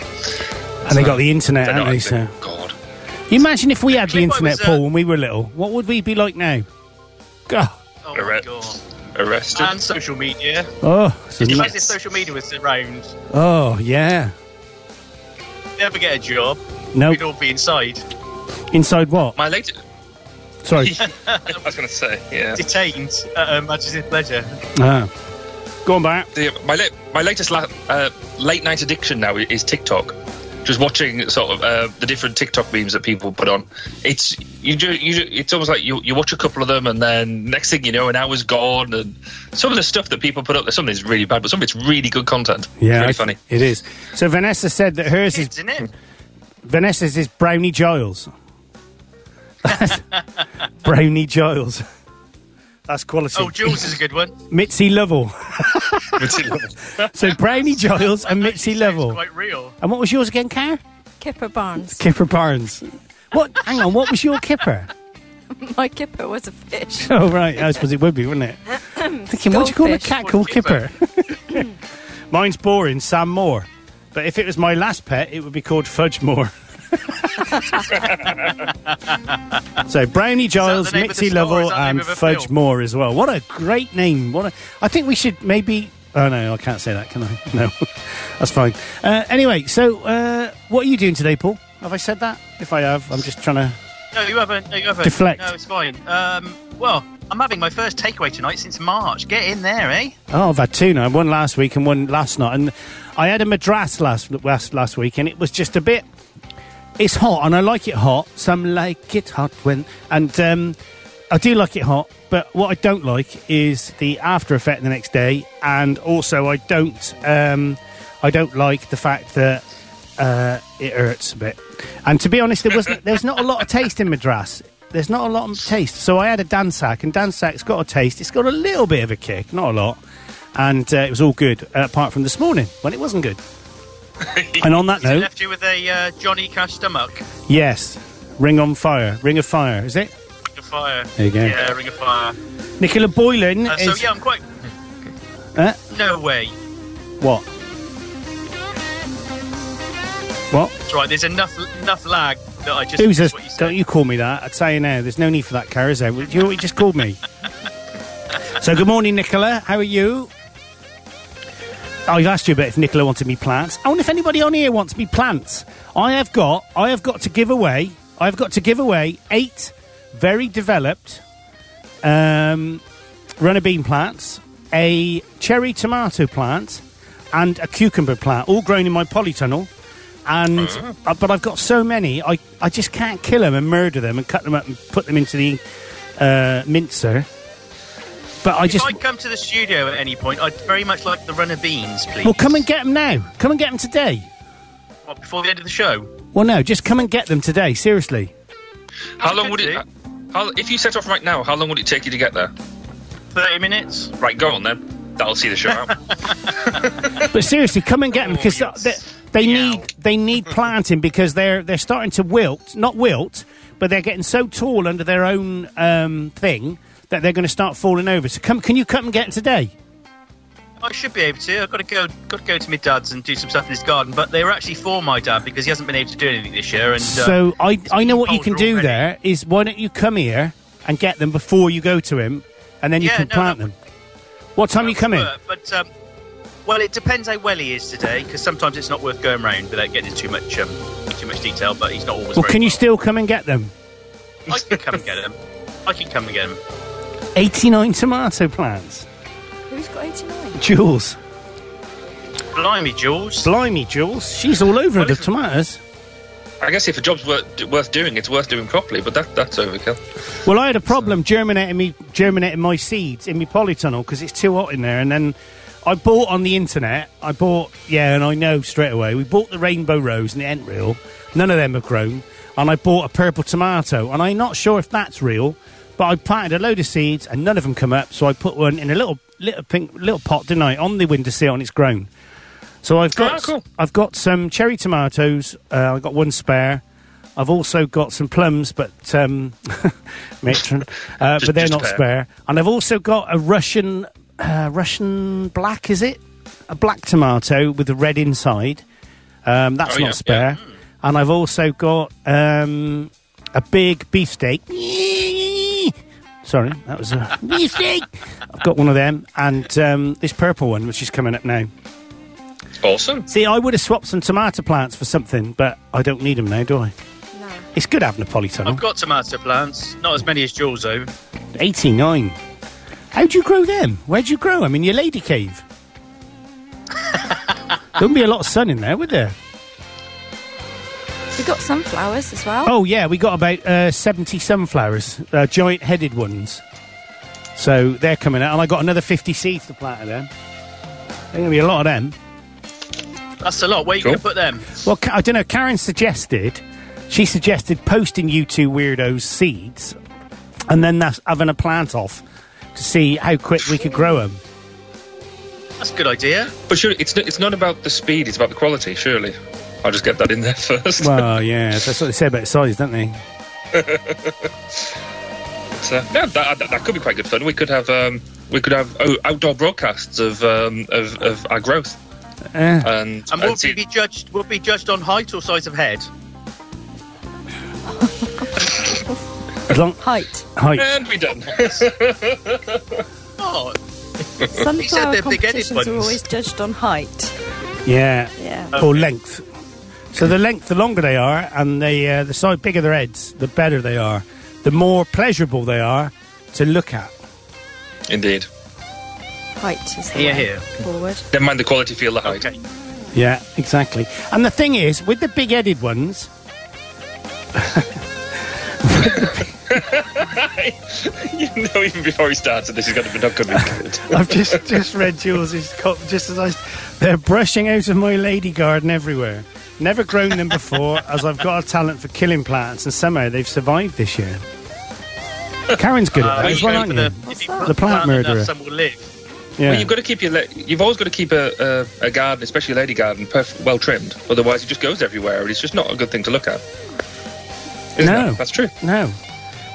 [SPEAKER 5] And they got the internet,
[SPEAKER 8] They're
[SPEAKER 5] haven't
[SPEAKER 8] not
[SPEAKER 5] they?
[SPEAKER 8] actually-
[SPEAKER 5] So
[SPEAKER 8] God,
[SPEAKER 5] you imagine if we had the
[SPEAKER 7] Clip what
[SPEAKER 5] internet,
[SPEAKER 7] was, uh,
[SPEAKER 5] Paul, when we were little. What would we be like now? God.
[SPEAKER 7] Oh my
[SPEAKER 8] Correct.
[SPEAKER 7] god.
[SPEAKER 8] arrested.
[SPEAKER 7] And social media.
[SPEAKER 5] Oh. it's a
[SPEAKER 7] It's
[SPEAKER 5] nut.
[SPEAKER 7] like this social media was around.
[SPEAKER 5] Oh yeah.
[SPEAKER 7] Never get a job.
[SPEAKER 5] No.
[SPEAKER 7] We'd all be inside,
[SPEAKER 5] Inside what?
[SPEAKER 8] My latest.
[SPEAKER 7] *laughs*
[SPEAKER 5] Sorry.
[SPEAKER 8] *laughs* I was going to say, yeah.
[SPEAKER 7] detained at uh, Her Majesty's pleasure.
[SPEAKER 5] Ah. Go on back.
[SPEAKER 8] The, my la- my latest la- uh, late night addiction now is TikTok. Just watching sort of uh, the different TikTok memes that people put on. It's you do you. Do, it's almost like you you watch a couple of them and then next thing you know, an hour's gone. And some of the stuff that people put up, some of it's really bad, but some of it's really good content.
[SPEAKER 5] Yeah,
[SPEAKER 8] really
[SPEAKER 5] I-
[SPEAKER 8] funny.
[SPEAKER 5] It is. So Vanessa said that hers is
[SPEAKER 7] Isn't it?
[SPEAKER 5] Vanessa's is Brownie Giles. *laughs* Brownie Giles. That's quality.
[SPEAKER 7] Oh, Jules is a good
[SPEAKER 5] *laughs*
[SPEAKER 7] one.
[SPEAKER 5] Mitzi Lovell. *laughs* So Brownie Giles and Mitzi
[SPEAKER 7] Actually,
[SPEAKER 5] Lovell.
[SPEAKER 7] sounds Quite real.
[SPEAKER 5] And what was yours again, Car?
[SPEAKER 6] Kipper Barnes.
[SPEAKER 5] Kipper Barnes. What? Hang on. What was your kipper?
[SPEAKER 6] My kipper was a fish.
[SPEAKER 5] *laughs* Oh right, I suppose it would be, wouldn't it? Thinking, what do you call a
[SPEAKER 6] Goldfish.
[SPEAKER 5] cat called kipper? *laughs* Mine's boring, Sam Moore. But if it was my last pet, it would be called Fudge Moore. *laughs* so Brownie Giles,
[SPEAKER 7] name of the
[SPEAKER 5] Mitzi
[SPEAKER 7] store? Is
[SPEAKER 5] Lovell,
[SPEAKER 7] that the name
[SPEAKER 5] and
[SPEAKER 7] of a
[SPEAKER 5] Fudge
[SPEAKER 7] film?
[SPEAKER 5] Moore as well. What a great name! What a, I think we should maybe. Oh no, I can't say that, can I? *laughs* No, that's fine. Uh, anyway, so uh, what are you doing today, Paul? Have I said that? If I have, I'm just trying to.
[SPEAKER 7] No, you haven't. No, you haven't.
[SPEAKER 5] Deflect.
[SPEAKER 7] No, it's fine. Um, well, I'm having my first takeaway tonight since March. Get in there, eh?
[SPEAKER 5] Oh, I've had two now. One last week and one last night. And I had a madras last last last week, and it was just a bit. It's hot, and I like it hot. Some like it hot when and um, I do like it hot, but what I don't like is the after effect the next day, and also I don't um, I don't like the fact that uh, it hurts a bit. And to be honest, there wasn't there's not a lot of taste in Madras. There's not a lot of taste, so I had a Dansac, and Dansac's got a taste. It's got a little bit of a kick, not a lot, and uh, it was all good uh, apart from this morning when it wasn't good. and on that
[SPEAKER 7] Has it
[SPEAKER 5] note,
[SPEAKER 7] left you with a uh, Johnny Cash stomach.
[SPEAKER 5] yes, ring on fire, ring of fire, is it?
[SPEAKER 7] Ring of fire.
[SPEAKER 5] There you go.
[SPEAKER 7] Yeah, ring of fire.
[SPEAKER 5] Nicola Boylan
[SPEAKER 7] Uh, so
[SPEAKER 5] is
[SPEAKER 7] yeah, I'm quite.
[SPEAKER 5] Uh?
[SPEAKER 7] No way.
[SPEAKER 5] what? What?
[SPEAKER 7] That's right. There's enough enough lag that I just.
[SPEAKER 5] Who's this?
[SPEAKER 7] what you said.
[SPEAKER 5] Don't you call me that. I'd say now. There's no need for that, Kara, is there? Do you know what you just called me? so, good morning, Nicola. How are you? I asked you about if Nicola wanted me plants. I wonder if anybody on here wants me plants. I have got, I have got to give away, I've got to give away eight very developed um, runner bean plants, a cherry tomato plant, and a cucumber plant, all grown in my polytunnel. And
[SPEAKER 7] Uh-huh.
[SPEAKER 5] uh, but I've got so many, I, I just can't kill them and murder them and cut them up and put them into the uh, mincer. But I
[SPEAKER 7] If
[SPEAKER 5] just
[SPEAKER 7] I come to the studio at any point, I'd very much like the runner beans, please.
[SPEAKER 5] well come and get them now. Come and get them today.
[SPEAKER 7] What, before the end of the show.
[SPEAKER 5] Well, no, just come and get them today. Seriously,
[SPEAKER 8] How long would it? How, if you set off right now, how long would it take you to get there?
[SPEAKER 7] Thirty minutes.
[SPEAKER 8] Right, go on then. That'll see the show out.
[SPEAKER 5] but seriously, come and get them because
[SPEAKER 8] Oh, yes.
[SPEAKER 5] they, they
[SPEAKER 7] Yeah.
[SPEAKER 5] need
[SPEAKER 7] *laughs*
[SPEAKER 5] they need planting because they're they're starting to wilt, not wilt, but they're getting so tall under their own um, thing that they're going to start falling over. So come, can you come and get them today?
[SPEAKER 7] I should be able to. I've got to go. Got to go to my dad's and do some stuff in his garden. But they were actually for my dad because he hasn't been able to do anything this year. And uh,
[SPEAKER 5] So I I know what you can
[SPEAKER 7] Folder
[SPEAKER 5] do
[SPEAKER 7] Oh, already.
[SPEAKER 5] there is why don't you come here and get them before you go to him, and then you
[SPEAKER 7] Yeah,
[SPEAKER 5] can
[SPEAKER 7] no,
[SPEAKER 5] plant
[SPEAKER 7] that
[SPEAKER 5] them. What time you come in?
[SPEAKER 7] But, but, um, well, it depends how well he is today, because sometimes it's not worth going round without getting into too much um, too much detail. But he's not always.
[SPEAKER 5] Well,
[SPEAKER 7] very
[SPEAKER 5] can you
[SPEAKER 7] well.
[SPEAKER 5] still come and get them?
[SPEAKER 7] I can come and get him. I can come and get him.
[SPEAKER 5] Eighty nine tomato plants,
[SPEAKER 6] Who's got 89?
[SPEAKER 5] Jules.
[SPEAKER 7] Blimey, Jules.
[SPEAKER 5] Blimey, Jules, she's all over the tomatoes.
[SPEAKER 8] I guess if a job's worth, worth doing, it's worth doing properly. But that that's overkill.
[SPEAKER 5] Well, I had a problem germinating me germinating my seeds in my polytunnel because it's too hot in there. And then I bought on the internet. I bought yeah, and I know straight away. We bought the rainbow rose and it ain't real. None of them have grown. And I bought a purple tomato, and I'm not sure if that's real. But I planted a load of seeds, and none of them come up. So I put one in a little little pink little pot, didn't I, on the window sill, and it's grown. So I've got
[SPEAKER 8] cool.
[SPEAKER 5] I've got some cherry tomatoes. Uh, I've got one spare. I've also got some plums, but um, *laughs* matron, uh,
[SPEAKER 8] Just-
[SPEAKER 5] but they're
[SPEAKER 8] just
[SPEAKER 5] not
[SPEAKER 8] spare.
[SPEAKER 5] spare. And I've also got a Russian, uh, Russian black, is it? A black tomato with a red inside. Um, that's
[SPEAKER 8] Oh,
[SPEAKER 5] not
[SPEAKER 8] yeah,
[SPEAKER 5] spare. And I've also got um, a big beefsteak. Sorry, that was
[SPEAKER 8] *laughs*
[SPEAKER 5] a beefsteak. I've got one of them, and um, this purple one, which is coming up now.
[SPEAKER 8] Awesome.
[SPEAKER 5] See, I would have swapped some tomato plants for something, but I don't need them now, do I?
[SPEAKER 6] No.
[SPEAKER 5] It's good having a polytunnel.
[SPEAKER 7] I've got tomato plants. Not as many as Jules, though.
[SPEAKER 5] 89. How'd you grow them? Where'd you grow them? In your lady cave? *laughs* there wouldn't be a lot of sun in there, would there?
[SPEAKER 6] We got sunflowers as well.
[SPEAKER 5] Oh, yeah, we got about uh, 70 sunflowers, uh, giant headed ones. So they're coming out, and I got another 50 seeds to plant of them. There's going to be a lot of them.
[SPEAKER 7] That's a lot. Where are you
[SPEAKER 8] Cool.
[SPEAKER 7] going to put them?
[SPEAKER 5] Well, Ca- I don't know. Karen suggested, she suggested posting you two weirdos seeds, and then that's having a plant off to see how quick we could grow them.
[SPEAKER 7] That's a good idea.
[SPEAKER 8] But surely it's not, it's not about the speed; it's about the quality. Surely, I'll just get that in there *laughs* first.
[SPEAKER 5] Well, yeah, that's what they say about size, don't they?
[SPEAKER 8] So, yeah, that, that, that could be quite good fun. We could have um, we could have o- outdoor broadcasts of um, of, of our growth.
[SPEAKER 5] Eh.
[SPEAKER 8] and
[SPEAKER 7] And will
[SPEAKER 8] and
[SPEAKER 7] we
[SPEAKER 8] see-
[SPEAKER 7] be judged? Will we be judged on height or size of head?
[SPEAKER 5] As long
[SPEAKER 6] Height.
[SPEAKER 5] height.
[SPEAKER 8] and we done. *laughs*
[SPEAKER 7] Oh, said
[SPEAKER 6] Sunflower
[SPEAKER 7] they're big-headed
[SPEAKER 6] competitions are
[SPEAKER 7] ones.
[SPEAKER 6] always judged on height.
[SPEAKER 5] Yeah,
[SPEAKER 6] Yeah.
[SPEAKER 7] Oh.
[SPEAKER 5] or length. So the length, the longer they are, and the uh, the size, bigger their heads, the better they are, the more pleasurable they are to look at.
[SPEAKER 8] Indeed.
[SPEAKER 6] Height is the
[SPEAKER 7] Here,
[SPEAKER 6] way
[SPEAKER 7] here.
[SPEAKER 6] forward.
[SPEAKER 8] Never mind the quality, feel the height.
[SPEAKER 7] okay.
[SPEAKER 5] Yeah, exactly. And the thing is, with the big-headed ones,
[SPEAKER 8] *laughs* you know, even before he started, this is going to be not
[SPEAKER 5] *laughs*
[SPEAKER 8] going to be good.
[SPEAKER 5] *laughs* I've just just read Jules's cop just as I. They're brushing out of my lady garden everywhere. Never grown them before, as I've got a talent for killing plants, and somehow they've survived this year. Karen's good
[SPEAKER 7] Uh,
[SPEAKER 5] at that as well, aren't you? The plant murderer.
[SPEAKER 7] Some will live.
[SPEAKER 5] Yeah.
[SPEAKER 8] Well, you've got to keep your. La- you've always got to keep a, a, a garden, especially a lady garden, perf- well trimmed. Otherwise, it just goes everywhere, and it's just not a good thing to look at. Isn't
[SPEAKER 5] No.
[SPEAKER 8] it? that's true.
[SPEAKER 5] No.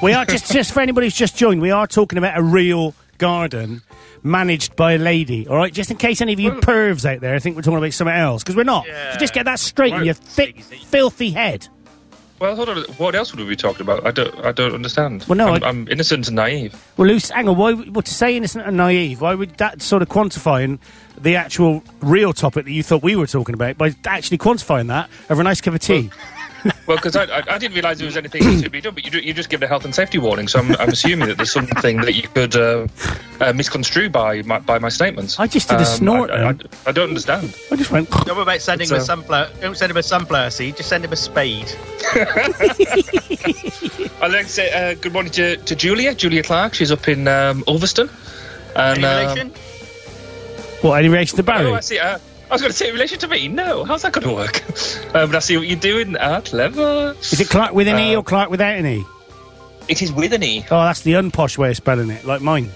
[SPEAKER 5] We are just just for anybody who's just joined, we are talking about a real garden managed by a lady. All right, just in case any of you pervs out there think we're talking about something else because we're not.
[SPEAKER 7] Yeah.
[SPEAKER 5] So just get that straight in
[SPEAKER 8] Right.
[SPEAKER 5] your thick, filthy head.
[SPEAKER 8] Well, hold on. What else would we be talking about? I don't. I don't understand.
[SPEAKER 5] Well, no,
[SPEAKER 8] I'm,
[SPEAKER 5] I-
[SPEAKER 8] I'm innocent and naive.
[SPEAKER 5] Well, Luce, hang on. Why, would- well, to say innocent and naive, why would that sort of quantifying the actual real topic that you thought we were talking about by actually quantifying that over a nice cup of tea?
[SPEAKER 8] Well, because I, I, I didn't realise there was anything to be done, but you, ju- you just give a health and safety warning, so I'm, I'm assuming that there's something that you could uh, uh, misconstrue by my, by my statements. Um,
[SPEAKER 5] I just did a snort
[SPEAKER 8] I, I,
[SPEAKER 5] then.
[SPEAKER 8] I don't understand.
[SPEAKER 5] I just went. *laughs*
[SPEAKER 7] Don't worry about sending
[SPEAKER 8] It's,
[SPEAKER 7] him a
[SPEAKER 8] uh,
[SPEAKER 7] sunflower. Don't send him a sunflower seed. Just send him a spade.
[SPEAKER 8] I'd like to say uh, good morning to, to Julia, Julia Clark. She's up in um, Ulverston. And,
[SPEAKER 7] Any
[SPEAKER 8] um,
[SPEAKER 7] relation?
[SPEAKER 5] What? Any reaction to Barry?
[SPEAKER 8] oh, I see. Uh, I was going to say in relation to me. No, how's that going to work? *laughs* um, but I see what you're doing. Ah, clever.
[SPEAKER 5] Is it Clark with an E
[SPEAKER 8] Uh,
[SPEAKER 5] or Clark without an E?
[SPEAKER 8] It is with an E.
[SPEAKER 5] Oh, that's the unposh way of spelling it, like mine.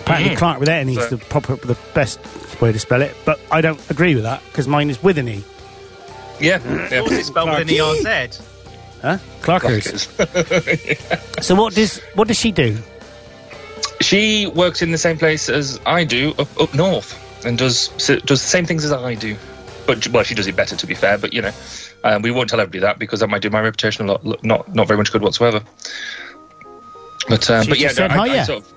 [SPEAKER 5] Apparently,
[SPEAKER 8] Mhm.
[SPEAKER 5] Clark with an E is
[SPEAKER 8] So-
[SPEAKER 5] the proper, the best way to spell it, but I don't agree with that because mine is with an E.
[SPEAKER 8] Yeah. yeah.
[SPEAKER 7] Or is it spelled with an E R
[SPEAKER 5] *laughs*
[SPEAKER 7] Z?
[SPEAKER 5] Huh? Clarkers. So what does what does she do?
[SPEAKER 8] She works in the same place as I do up, up north and does s- does the same things as I do. But well, she does it better, to be fair. But you know, um, we won't tell everybody that because that might do my reputation a lot not not very much good whatsoever. But um,
[SPEAKER 5] She
[SPEAKER 8] but yeah,
[SPEAKER 5] just
[SPEAKER 8] no,
[SPEAKER 5] said
[SPEAKER 8] I,
[SPEAKER 5] hiya.
[SPEAKER 8] I sort of,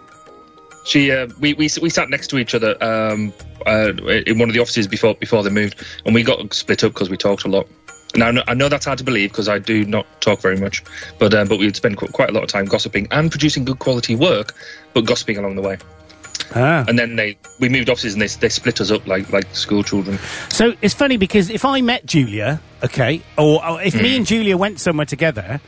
[SPEAKER 8] she uh, we, we s- we sat next to each other um, uh, in one of the offices before before they moved, and we got split up because we talked a lot. Now I know, I know that's hard to believe because I do not talk very much, but um, but we'd spend qu- quite a lot of time gossiping and producing good quality work, but gossiping along the way.
[SPEAKER 5] Ah.
[SPEAKER 8] And then they we moved offices and they, they split us up like like school children.
[SPEAKER 5] So it's funny because if I met Julia, okay, or, or if me and Julia went somewhere together,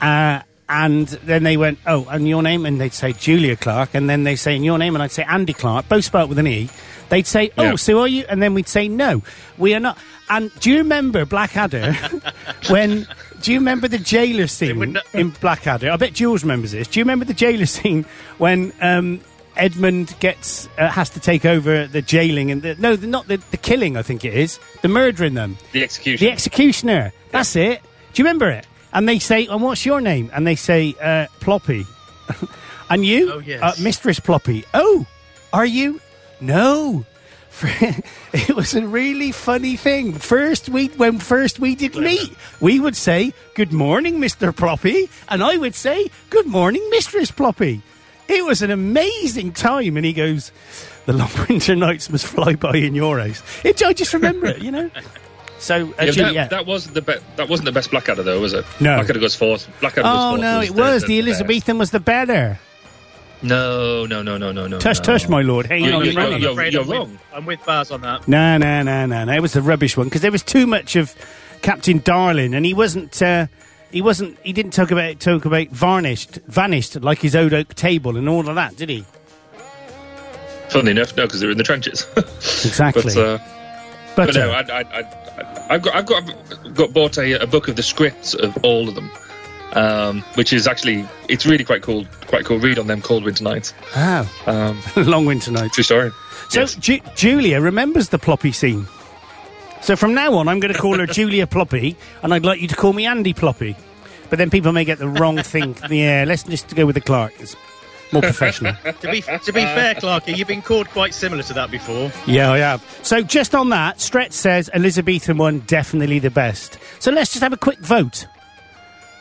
[SPEAKER 5] uh, and then they went, oh, and your name, and they'd say Julia Clark, and then they say and your name, and I'd say Andy Clark, both spelt with an E. They'd say, oh,
[SPEAKER 8] Yeah.
[SPEAKER 5] so are you? And then we'd say, no, we are not. And do you remember Blackadder when? Do you remember the jailer scene
[SPEAKER 7] would not-
[SPEAKER 5] in Blackadder? I bet Jules remembers this. Do you remember the jailer *laughs* scene when um, Edmund gets uh, has to take over the jailing and the, no, the, not the, the killing. I think it is the murdering them.
[SPEAKER 8] The execution.
[SPEAKER 5] The executioner. That's it. Do you remember it? And they say, "And what's your name?" And they say, uh, "Ploppy." *laughs* and you,
[SPEAKER 7] Oh, yes.
[SPEAKER 5] uh, Mistress Ploppy. Oh, are you? No. *laughs* it was a really funny thing. First we when first we did meet, we would say, "Good morning, Mister Ploppy," and I would say, "Good morning, Mistress Ploppy." It was an amazing time, and he goes, "The long *laughs* winter nights must fly by in your house." It, I just remember it, you know.
[SPEAKER 8] *laughs*
[SPEAKER 5] So uh,
[SPEAKER 8] Yeah,
[SPEAKER 5] Julia,
[SPEAKER 8] that, that was the be- that wasn't the best Blackadder though, was it?
[SPEAKER 5] No.
[SPEAKER 8] Blackadder goes fourth. Blackadder was
[SPEAKER 5] Oh
[SPEAKER 8] fourth.
[SPEAKER 5] no, it was
[SPEAKER 8] the
[SPEAKER 5] the
[SPEAKER 8] best.
[SPEAKER 5] Elizabethan was the better.
[SPEAKER 8] No, no, no, no, no, no.
[SPEAKER 5] Tush,
[SPEAKER 8] no.
[SPEAKER 5] tush, my lord. Hang
[SPEAKER 8] Oh. You-
[SPEAKER 5] on,
[SPEAKER 8] you-
[SPEAKER 5] hang on.
[SPEAKER 8] you're-
[SPEAKER 7] I'm afraid
[SPEAKER 8] you're
[SPEAKER 7] I'm with-
[SPEAKER 8] wrong.
[SPEAKER 7] I'm with Baz on that.
[SPEAKER 5] No, no, no, no, no. It was the rubbish one because there was too much of Captain Darling, and he wasn't. Uh, he wasn't. He didn't talk about talk about varnished, vanished like his old oak table and all of that, did he?
[SPEAKER 8] Funnily enough, no, because they were in the trenches. *laughs*
[SPEAKER 5] Exactly.
[SPEAKER 8] but, uh, but
[SPEAKER 5] Butter.
[SPEAKER 8] no, I, I, I, I've got, I've got, I've got bought a, a book of the scripts of all of them, um, which is actually it's really quite cool, quite cool read on them cold winter nights.
[SPEAKER 5] oh, *laughs*
[SPEAKER 8] Um,
[SPEAKER 5] long winter night.
[SPEAKER 8] true story.
[SPEAKER 5] So
[SPEAKER 8] Yes.
[SPEAKER 5] Ju- Julia remembers the Ploppy scene. So from now on, I'm going to call her Julia Ploppy, and I'd like you to call me Andy Ploppy. But then people may get the wrong
[SPEAKER 8] *laughs*
[SPEAKER 5] thing. Yeah, let's just go with the Clark. It's more professional.
[SPEAKER 7] To be to be *laughs* fair, Clarky, you've been called quite similar to that before.
[SPEAKER 5] Yeah, I have. So just on that, Stretch says Elizabethan one definitely the best. So let's just have a quick vote.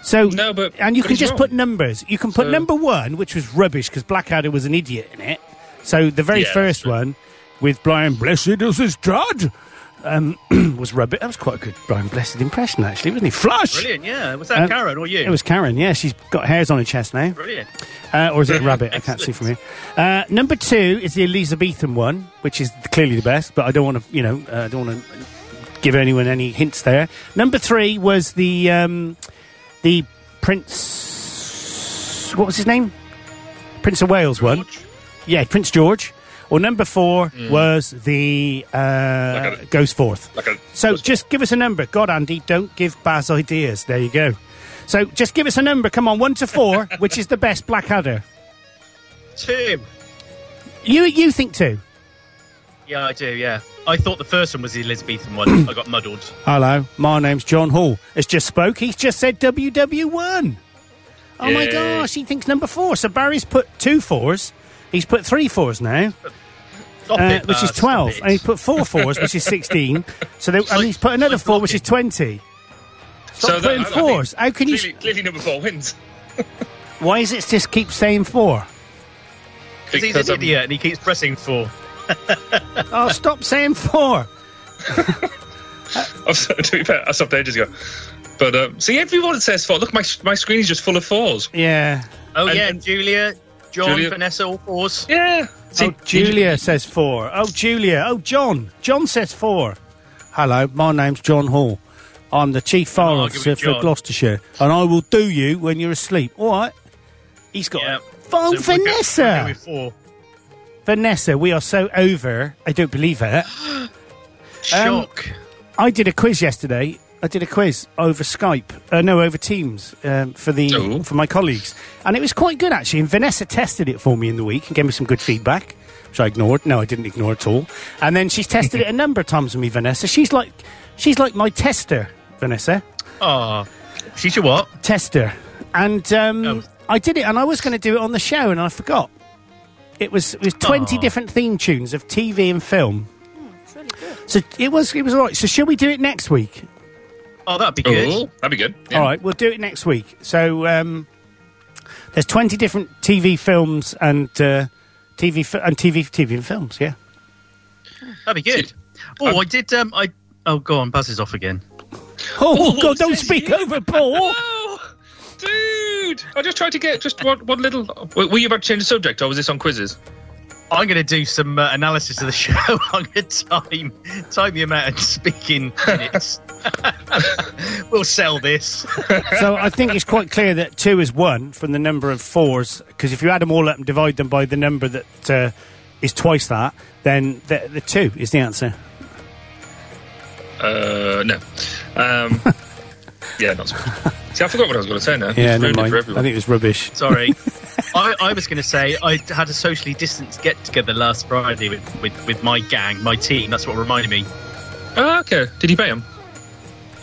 [SPEAKER 5] So
[SPEAKER 8] No, but-
[SPEAKER 5] and you
[SPEAKER 8] but
[SPEAKER 5] can
[SPEAKER 8] he's
[SPEAKER 5] just
[SPEAKER 8] wrong.
[SPEAKER 5] put numbers. You can put
[SPEAKER 8] So-
[SPEAKER 5] number one, which was rubbish because Blackadder was an idiot in it. So the very
[SPEAKER 8] Yeah, that's
[SPEAKER 5] first
[SPEAKER 8] true.
[SPEAKER 5] one with Brian Blessed as his dad um, *clears throat* was rubbish. That was quite a good Brian Blessed impression, actually, wasn't he? Flush.
[SPEAKER 7] Brilliant, yeah. Was that
[SPEAKER 5] Uh,
[SPEAKER 7] Karen or you?
[SPEAKER 5] It was Karen. Yeah, she's got hairs on her chest now.
[SPEAKER 7] brilliant.
[SPEAKER 5] Uh, or is it a rabbit? I can't see from here. Uh, number two is the Elizabethan one, which is clearly the best, but I don't want to, you know, uh, I don't want to give anyone any hints there. Number three was the um, the Prince Prince, what was his name? Prince of Wales one. Yeah, Prince George. Or number four was the uh,
[SPEAKER 8] Mm. Like a-
[SPEAKER 5] Goes Forth.
[SPEAKER 8] Like a-
[SPEAKER 5] so just give us a number. God, Andy, don't give Baz ideas. There you go. So just give us a number. Come on, one to
[SPEAKER 8] *laughs*
[SPEAKER 5] four, which is the best Blackadder.
[SPEAKER 7] Two.
[SPEAKER 5] You you think two?
[SPEAKER 7] Yeah, I do. Yeah, I thought the first one was the Elizabethan one. I got muddled.
[SPEAKER 5] Hello, my name's John Hall. Has just spoke. He's just said WW1. Oh my
[SPEAKER 8] Yay.
[SPEAKER 5] gosh, he thinks number four. So Barry's put two fours. He's put three fours now,
[SPEAKER 7] Stop
[SPEAKER 5] uh,
[SPEAKER 7] it,
[SPEAKER 5] which
[SPEAKER 7] Baz,
[SPEAKER 5] is
[SPEAKER 7] stop
[SPEAKER 5] 12.
[SPEAKER 7] it.
[SPEAKER 5] And he's put four fours, which is
[SPEAKER 8] *laughs*
[SPEAKER 5] 16. So there, and he's put another
[SPEAKER 7] like
[SPEAKER 5] four, which is 20. Stop
[SPEAKER 8] that-
[SPEAKER 5] putting
[SPEAKER 8] I- I think
[SPEAKER 5] fours. How can you
[SPEAKER 8] Clearly, clearly number four wins.
[SPEAKER 5] Why is it just keep saying four?
[SPEAKER 7] because he's an
[SPEAKER 8] um, *laughs*
[SPEAKER 7] idiot and he keeps pressing four.
[SPEAKER 5] Oh, stop saying four.
[SPEAKER 8] I've, to be fair, I stopped ages ago. But um, see, everyone says four. Look, my my screen is just full of fours.
[SPEAKER 5] Yeah.
[SPEAKER 7] Oh
[SPEAKER 8] And-
[SPEAKER 7] yeah,
[SPEAKER 8] and-
[SPEAKER 7] Julia, John,
[SPEAKER 8] Julia-
[SPEAKER 7] Vanessa, all fours.
[SPEAKER 8] Yeah. See,
[SPEAKER 5] Oh, Julia says four. Oh, Julia. Oh, John. John says four. Hello, my name's John Hall. I'm the chief fire
[SPEAKER 7] I'll give
[SPEAKER 5] officer
[SPEAKER 7] it
[SPEAKER 5] for
[SPEAKER 7] John.
[SPEAKER 5] Gloucestershire, and I will do you when you're asleep. All right. He's got
[SPEAKER 7] Yeah.
[SPEAKER 5] a phone,
[SPEAKER 7] So we'll go-
[SPEAKER 5] Vanessa. Um,
[SPEAKER 7] we'll go with four.
[SPEAKER 5] Vanessa, we are so over. I don't believe it.
[SPEAKER 7] Shock.
[SPEAKER 5] I did a quiz yesterday. I did a quiz over Skype, uh, no, over Teams um, for the
[SPEAKER 8] Oh.
[SPEAKER 5] for my colleagues, and it was quite good actually. And Vanessa tested it for me in the week and gave me some good feedback, which I ignored. No, I didn't ignore at all. And then she's tested it a number of times with me, Vanessa. She's like, she's like my tester, Vanessa
[SPEAKER 7] Ah, she's your what?
[SPEAKER 5] tester, and um,
[SPEAKER 7] Oh.
[SPEAKER 5] I did it, and I was going to do it on the show, and I forgot. It was it was twenty
[SPEAKER 7] Aw.
[SPEAKER 5] different theme tunes of TV and film. So it was it was all right. So shall we do it next week?
[SPEAKER 7] Oh, that'd be good.
[SPEAKER 8] Ooh, that'd be good. Yeah.
[SPEAKER 5] All right, we'll do it next week. So um, there's 20 different TV films and uh, TV fi- and TV TV and films. Yeah.
[SPEAKER 7] That'd be good. Oh, I did. Um, I oh, go on. Buzz is off again.
[SPEAKER 5] Oh, God! Don't
[SPEAKER 8] says
[SPEAKER 5] speak
[SPEAKER 8] you.
[SPEAKER 5] over
[SPEAKER 8] *laughs*
[SPEAKER 5] Paul.
[SPEAKER 8] Oh, dude! I just tried to get just one, one little. Were were you about to change the subject, or was this on quizzes?
[SPEAKER 7] I'm going to do some uh, analysis of the show. *laughs* I'm going to time time the amount of speaking minutes. *laughs* we'll sell this.
[SPEAKER 5] so I think it's quite clear that two is one from the number of fours. Because if you add them all up and divide them by the number that uh, is twice that, then the, the two is the answer.
[SPEAKER 8] Uh, no.
[SPEAKER 5] *laughs*
[SPEAKER 8] Um, yeah, not so much. See, I forgot what I was going to say now.
[SPEAKER 5] Yeah, never
[SPEAKER 8] It's ruined it
[SPEAKER 5] mind.
[SPEAKER 8] for
[SPEAKER 5] I
[SPEAKER 8] everyone.
[SPEAKER 5] think it was rubbish.
[SPEAKER 7] Sorry. *laughs* I, I was going to say I had a socially distanced get together last Friday with, with, with my gang, my team. That's what reminded me.
[SPEAKER 8] Oh, okay. Did you pay him?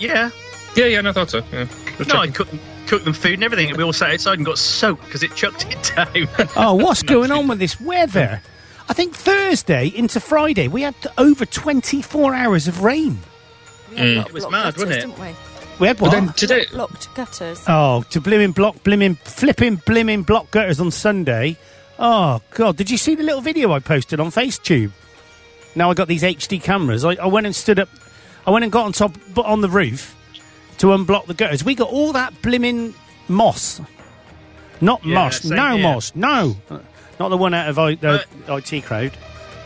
[SPEAKER 7] Yeah.
[SPEAKER 8] Yeah, yeah, no, I thought so. Yeah. Just
[SPEAKER 7] No, I
[SPEAKER 8] checking.
[SPEAKER 7] cooked, cooked them food and everything. And we all sat outside and got soaked because it chucked it *laughs* down.
[SPEAKER 5] Oh, what's going on with this weather? I think Thursday into Friday we had over 24 hours of rain.
[SPEAKER 6] We had
[SPEAKER 7] Mm. It
[SPEAKER 6] blocked
[SPEAKER 7] was
[SPEAKER 6] gutters,
[SPEAKER 7] mad, wasn't it?
[SPEAKER 6] Didn't we?
[SPEAKER 5] We had
[SPEAKER 8] But
[SPEAKER 5] what?
[SPEAKER 8] then today,
[SPEAKER 6] Blocked gutters.
[SPEAKER 5] Oh, to blimmin' block, blimmin' flipping, blimmin' block gutters on Sunday. Oh God, did you see the little video I posted on FaceTube? Now I got these HD cameras. I, I went and stood up. I went and got on top, but on the roof to unblock the gutters. We got all that blimmin' moss, not
[SPEAKER 7] Yeah,
[SPEAKER 5] moss,
[SPEAKER 7] same
[SPEAKER 5] no
[SPEAKER 7] here.
[SPEAKER 5] moss, no, not the one out of I, the IT crowd.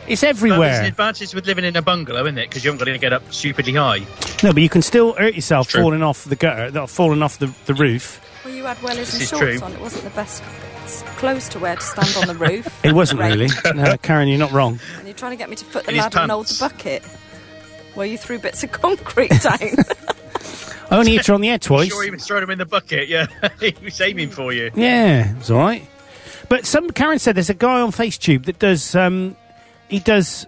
[SPEAKER 5] It's
[SPEAKER 7] But there's an
[SPEAKER 5] everywhere.
[SPEAKER 7] advantage with living in a bungalow, isn't it? Because you haven't got to get up stupidly high.
[SPEAKER 5] No, but you can still hurt yourself
[SPEAKER 8] true.
[SPEAKER 5] falling off the gutter, not falling off the, the roof.
[SPEAKER 6] Well, you had wellers and
[SPEAKER 7] is
[SPEAKER 6] shorts
[SPEAKER 7] true.
[SPEAKER 6] on. It wasn't the best s- clothes to wear to stand
[SPEAKER 7] *laughs*
[SPEAKER 6] on the roof.
[SPEAKER 5] It wasn't
[SPEAKER 6] Right.
[SPEAKER 5] really. No, Karen, you're not wrong.
[SPEAKER 6] And you're trying to get me to foot the
[SPEAKER 7] In his
[SPEAKER 6] ladder and hold the
[SPEAKER 7] pants.
[SPEAKER 6] bucket. Well, you threw bits of concrete *laughs* down.
[SPEAKER 5] I only hit her on the head twice.
[SPEAKER 7] *laughs* Sure, he was throwing him in the bucket. Yeah, *laughs* he was aiming for you.
[SPEAKER 5] Yeah, it's all right. But some Karen said there's a guy on FaceTube that does. Um, he does.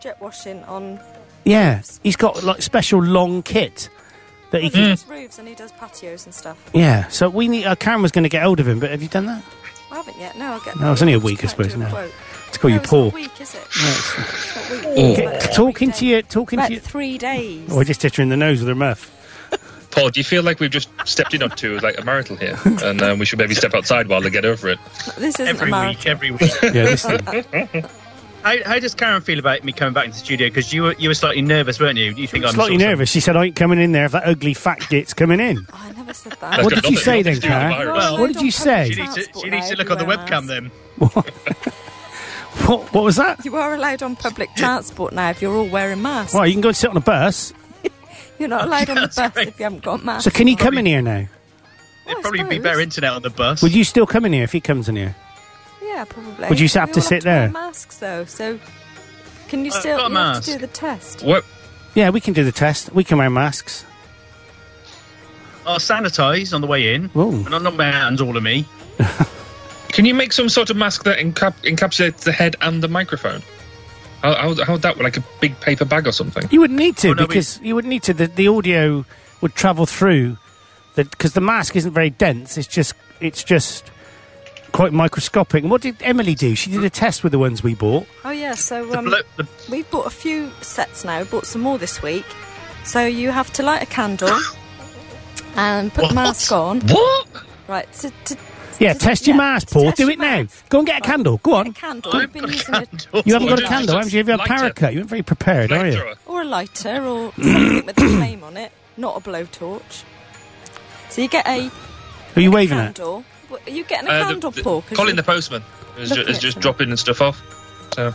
[SPEAKER 6] Jet washing on
[SPEAKER 5] Yeah, he's got like special long kit that he.
[SPEAKER 6] he
[SPEAKER 5] Can,
[SPEAKER 6] does roofs and he does patios and stuff.
[SPEAKER 7] Mm-hmm.
[SPEAKER 5] yeah, so we need. Uh, Karen was going to get hold of him, but have you done that?
[SPEAKER 6] I haven't yet. No, I'll get.
[SPEAKER 5] No, it's only a week, I suppose, now.
[SPEAKER 6] To
[SPEAKER 5] call you Paul.
[SPEAKER 6] It's not week, is it? it's not week. It's about
[SPEAKER 5] Talking
[SPEAKER 6] three
[SPEAKER 5] to you, talking
[SPEAKER 6] days.
[SPEAKER 5] to you.
[SPEAKER 6] About three days.
[SPEAKER 5] Oh, I just hit her in the nose with her
[SPEAKER 7] *laughs*
[SPEAKER 5] muff.
[SPEAKER 8] Paul, do you feel like we've just stepped in onto like a marital here, and um, we should maybe step outside while they get over it?
[SPEAKER 6] This isn't
[SPEAKER 7] Every
[SPEAKER 6] a Oh,
[SPEAKER 7] week,
[SPEAKER 6] marathon.
[SPEAKER 7] every week.
[SPEAKER 5] Yeah, this thing. *laughs*
[SPEAKER 7] How, how does Karen feel about me coming back into the studio? Because you were you were slightly nervous, weren't you? You think I'm
[SPEAKER 5] slightly
[SPEAKER 7] sort of-
[SPEAKER 5] nervous. She said, "I ain't coming in there if that ugly fat git's
[SPEAKER 7] *laughs*
[SPEAKER 5] coming in."
[SPEAKER 6] Oh, I never said
[SPEAKER 8] That's
[SPEAKER 6] that.
[SPEAKER 5] What
[SPEAKER 8] got
[SPEAKER 5] did you
[SPEAKER 8] nothing-
[SPEAKER 5] say
[SPEAKER 8] nothing
[SPEAKER 5] then,
[SPEAKER 8] to do with
[SPEAKER 5] Karen?
[SPEAKER 8] the virus.
[SPEAKER 5] What did you say?
[SPEAKER 7] She needs to, she needs to look on the webcam then.
[SPEAKER 5] What, what was that?
[SPEAKER 6] You are allowed on public transport now if you're all wearing masks.
[SPEAKER 5] Well, you can go and sit on a bus.
[SPEAKER 6] You're not allowed on the
[SPEAKER 7] That's
[SPEAKER 6] bus
[SPEAKER 7] great.
[SPEAKER 6] if you haven't got masks.
[SPEAKER 5] So can you
[SPEAKER 6] on.
[SPEAKER 5] come in here now?
[SPEAKER 7] It'd probably be better internet on the bus.
[SPEAKER 5] Would you still come in here if he comes in here?
[SPEAKER 6] Yeah, probably.
[SPEAKER 5] Would you
[SPEAKER 6] We
[SPEAKER 5] have to
[SPEAKER 6] all
[SPEAKER 5] sit
[SPEAKER 6] wear
[SPEAKER 5] there?
[SPEAKER 6] Masks though, so can you
[SPEAKER 7] I've
[SPEAKER 6] still
[SPEAKER 7] got a
[SPEAKER 6] you have to
[SPEAKER 7] mask.
[SPEAKER 6] do the test?
[SPEAKER 8] What?
[SPEAKER 5] Yeah, we can do the test. We can wear masks.
[SPEAKER 7] I'll sanitise on the way in,
[SPEAKER 5] Ooh.
[SPEAKER 7] and I'll knock my hands all of me.
[SPEAKER 8] Can you make some sort of mask that encap- encapsulates the head and the microphone? How, how, how would that like a big paper bag or something?
[SPEAKER 5] You wouldn't need to
[SPEAKER 7] Oh, no, we-
[SPEAKER 5] because you wouldn't need to. The, the audio would travel through the because the mask isn't very dense. It's just it's just quite microscopic. And what did Emily do? She did a test with the ones we bought.
[SPEAKER 6] Oh yeah, so
[SPEAKER 7] The
[SPEAKER 6] um,
[SPEAKER 7] blo- the-
[SPEAKER 6] we've bought a few sets now. We bought some more this week. So you have to light a candle and put the mask on.
[SPEAKER 8] What?
[SPEAKER 6] Right. To, to,
[SPEAKER 5] Yeah,
[SPEAKER 6] to-
[SPEAKER 5] test your
[SPEAKER 6] yeah,
[SPEAKER 5] mask,
[SPEAKER 6] to
[SPEAKER 5] Paul.
[SPEAKER 6] test
[SPEAKER 5] Do
[SPEAKER 6] your
[SPEAKER 5] it now.
[SPEAKER 6] mask.
[SPEAKER 5] Go and get a candle. Go
[SPEAKER 6] Get
[SPEAKER 5] on.
[SPEAKER 6] a candle.
[SPEAKER 7] I've
[SPEAKER 6] We've been
[SPEAKER 7] got a
[SPEAKER 8] *laughs*
[SPEAKER 6] using a,
[SPEAKER 7] candle.
[SPEAKER 5] You haven't got a
[SPEAKER 8] Just-
[SPEAKER 5] candle, haven't you? You have a
[SPEAKER 8] light it.
[SPEAKER 5] parrot cut. You haven't very prepared, are you?
[SPEAKER 8] Lighter.
[SPEAKER 6] or a lighter or something with a flame on it, not a blowtorch. So you get a
[SPEAKER 5] Who are you waving at?
[SPEAKER 6] candle. What- Are you getting a
[SPEAKER 8] Uh, the-
[SPEAKER 6] candle,
[SPEAKER 8] the-
[SPEAKER 6] Paul? 'Cause
[SPEAKER 8] Colin
[SPEAKER 6] you-
[SPEAKER 8] the postman is, ju-
[SPEAKER 6] Look
[SPEAKER 8] is
[SPEAKER 6] at
[SPEAKER 8] just
[SPEAKER 6] them.
[SPEAKER 8] dropping and stuff off. So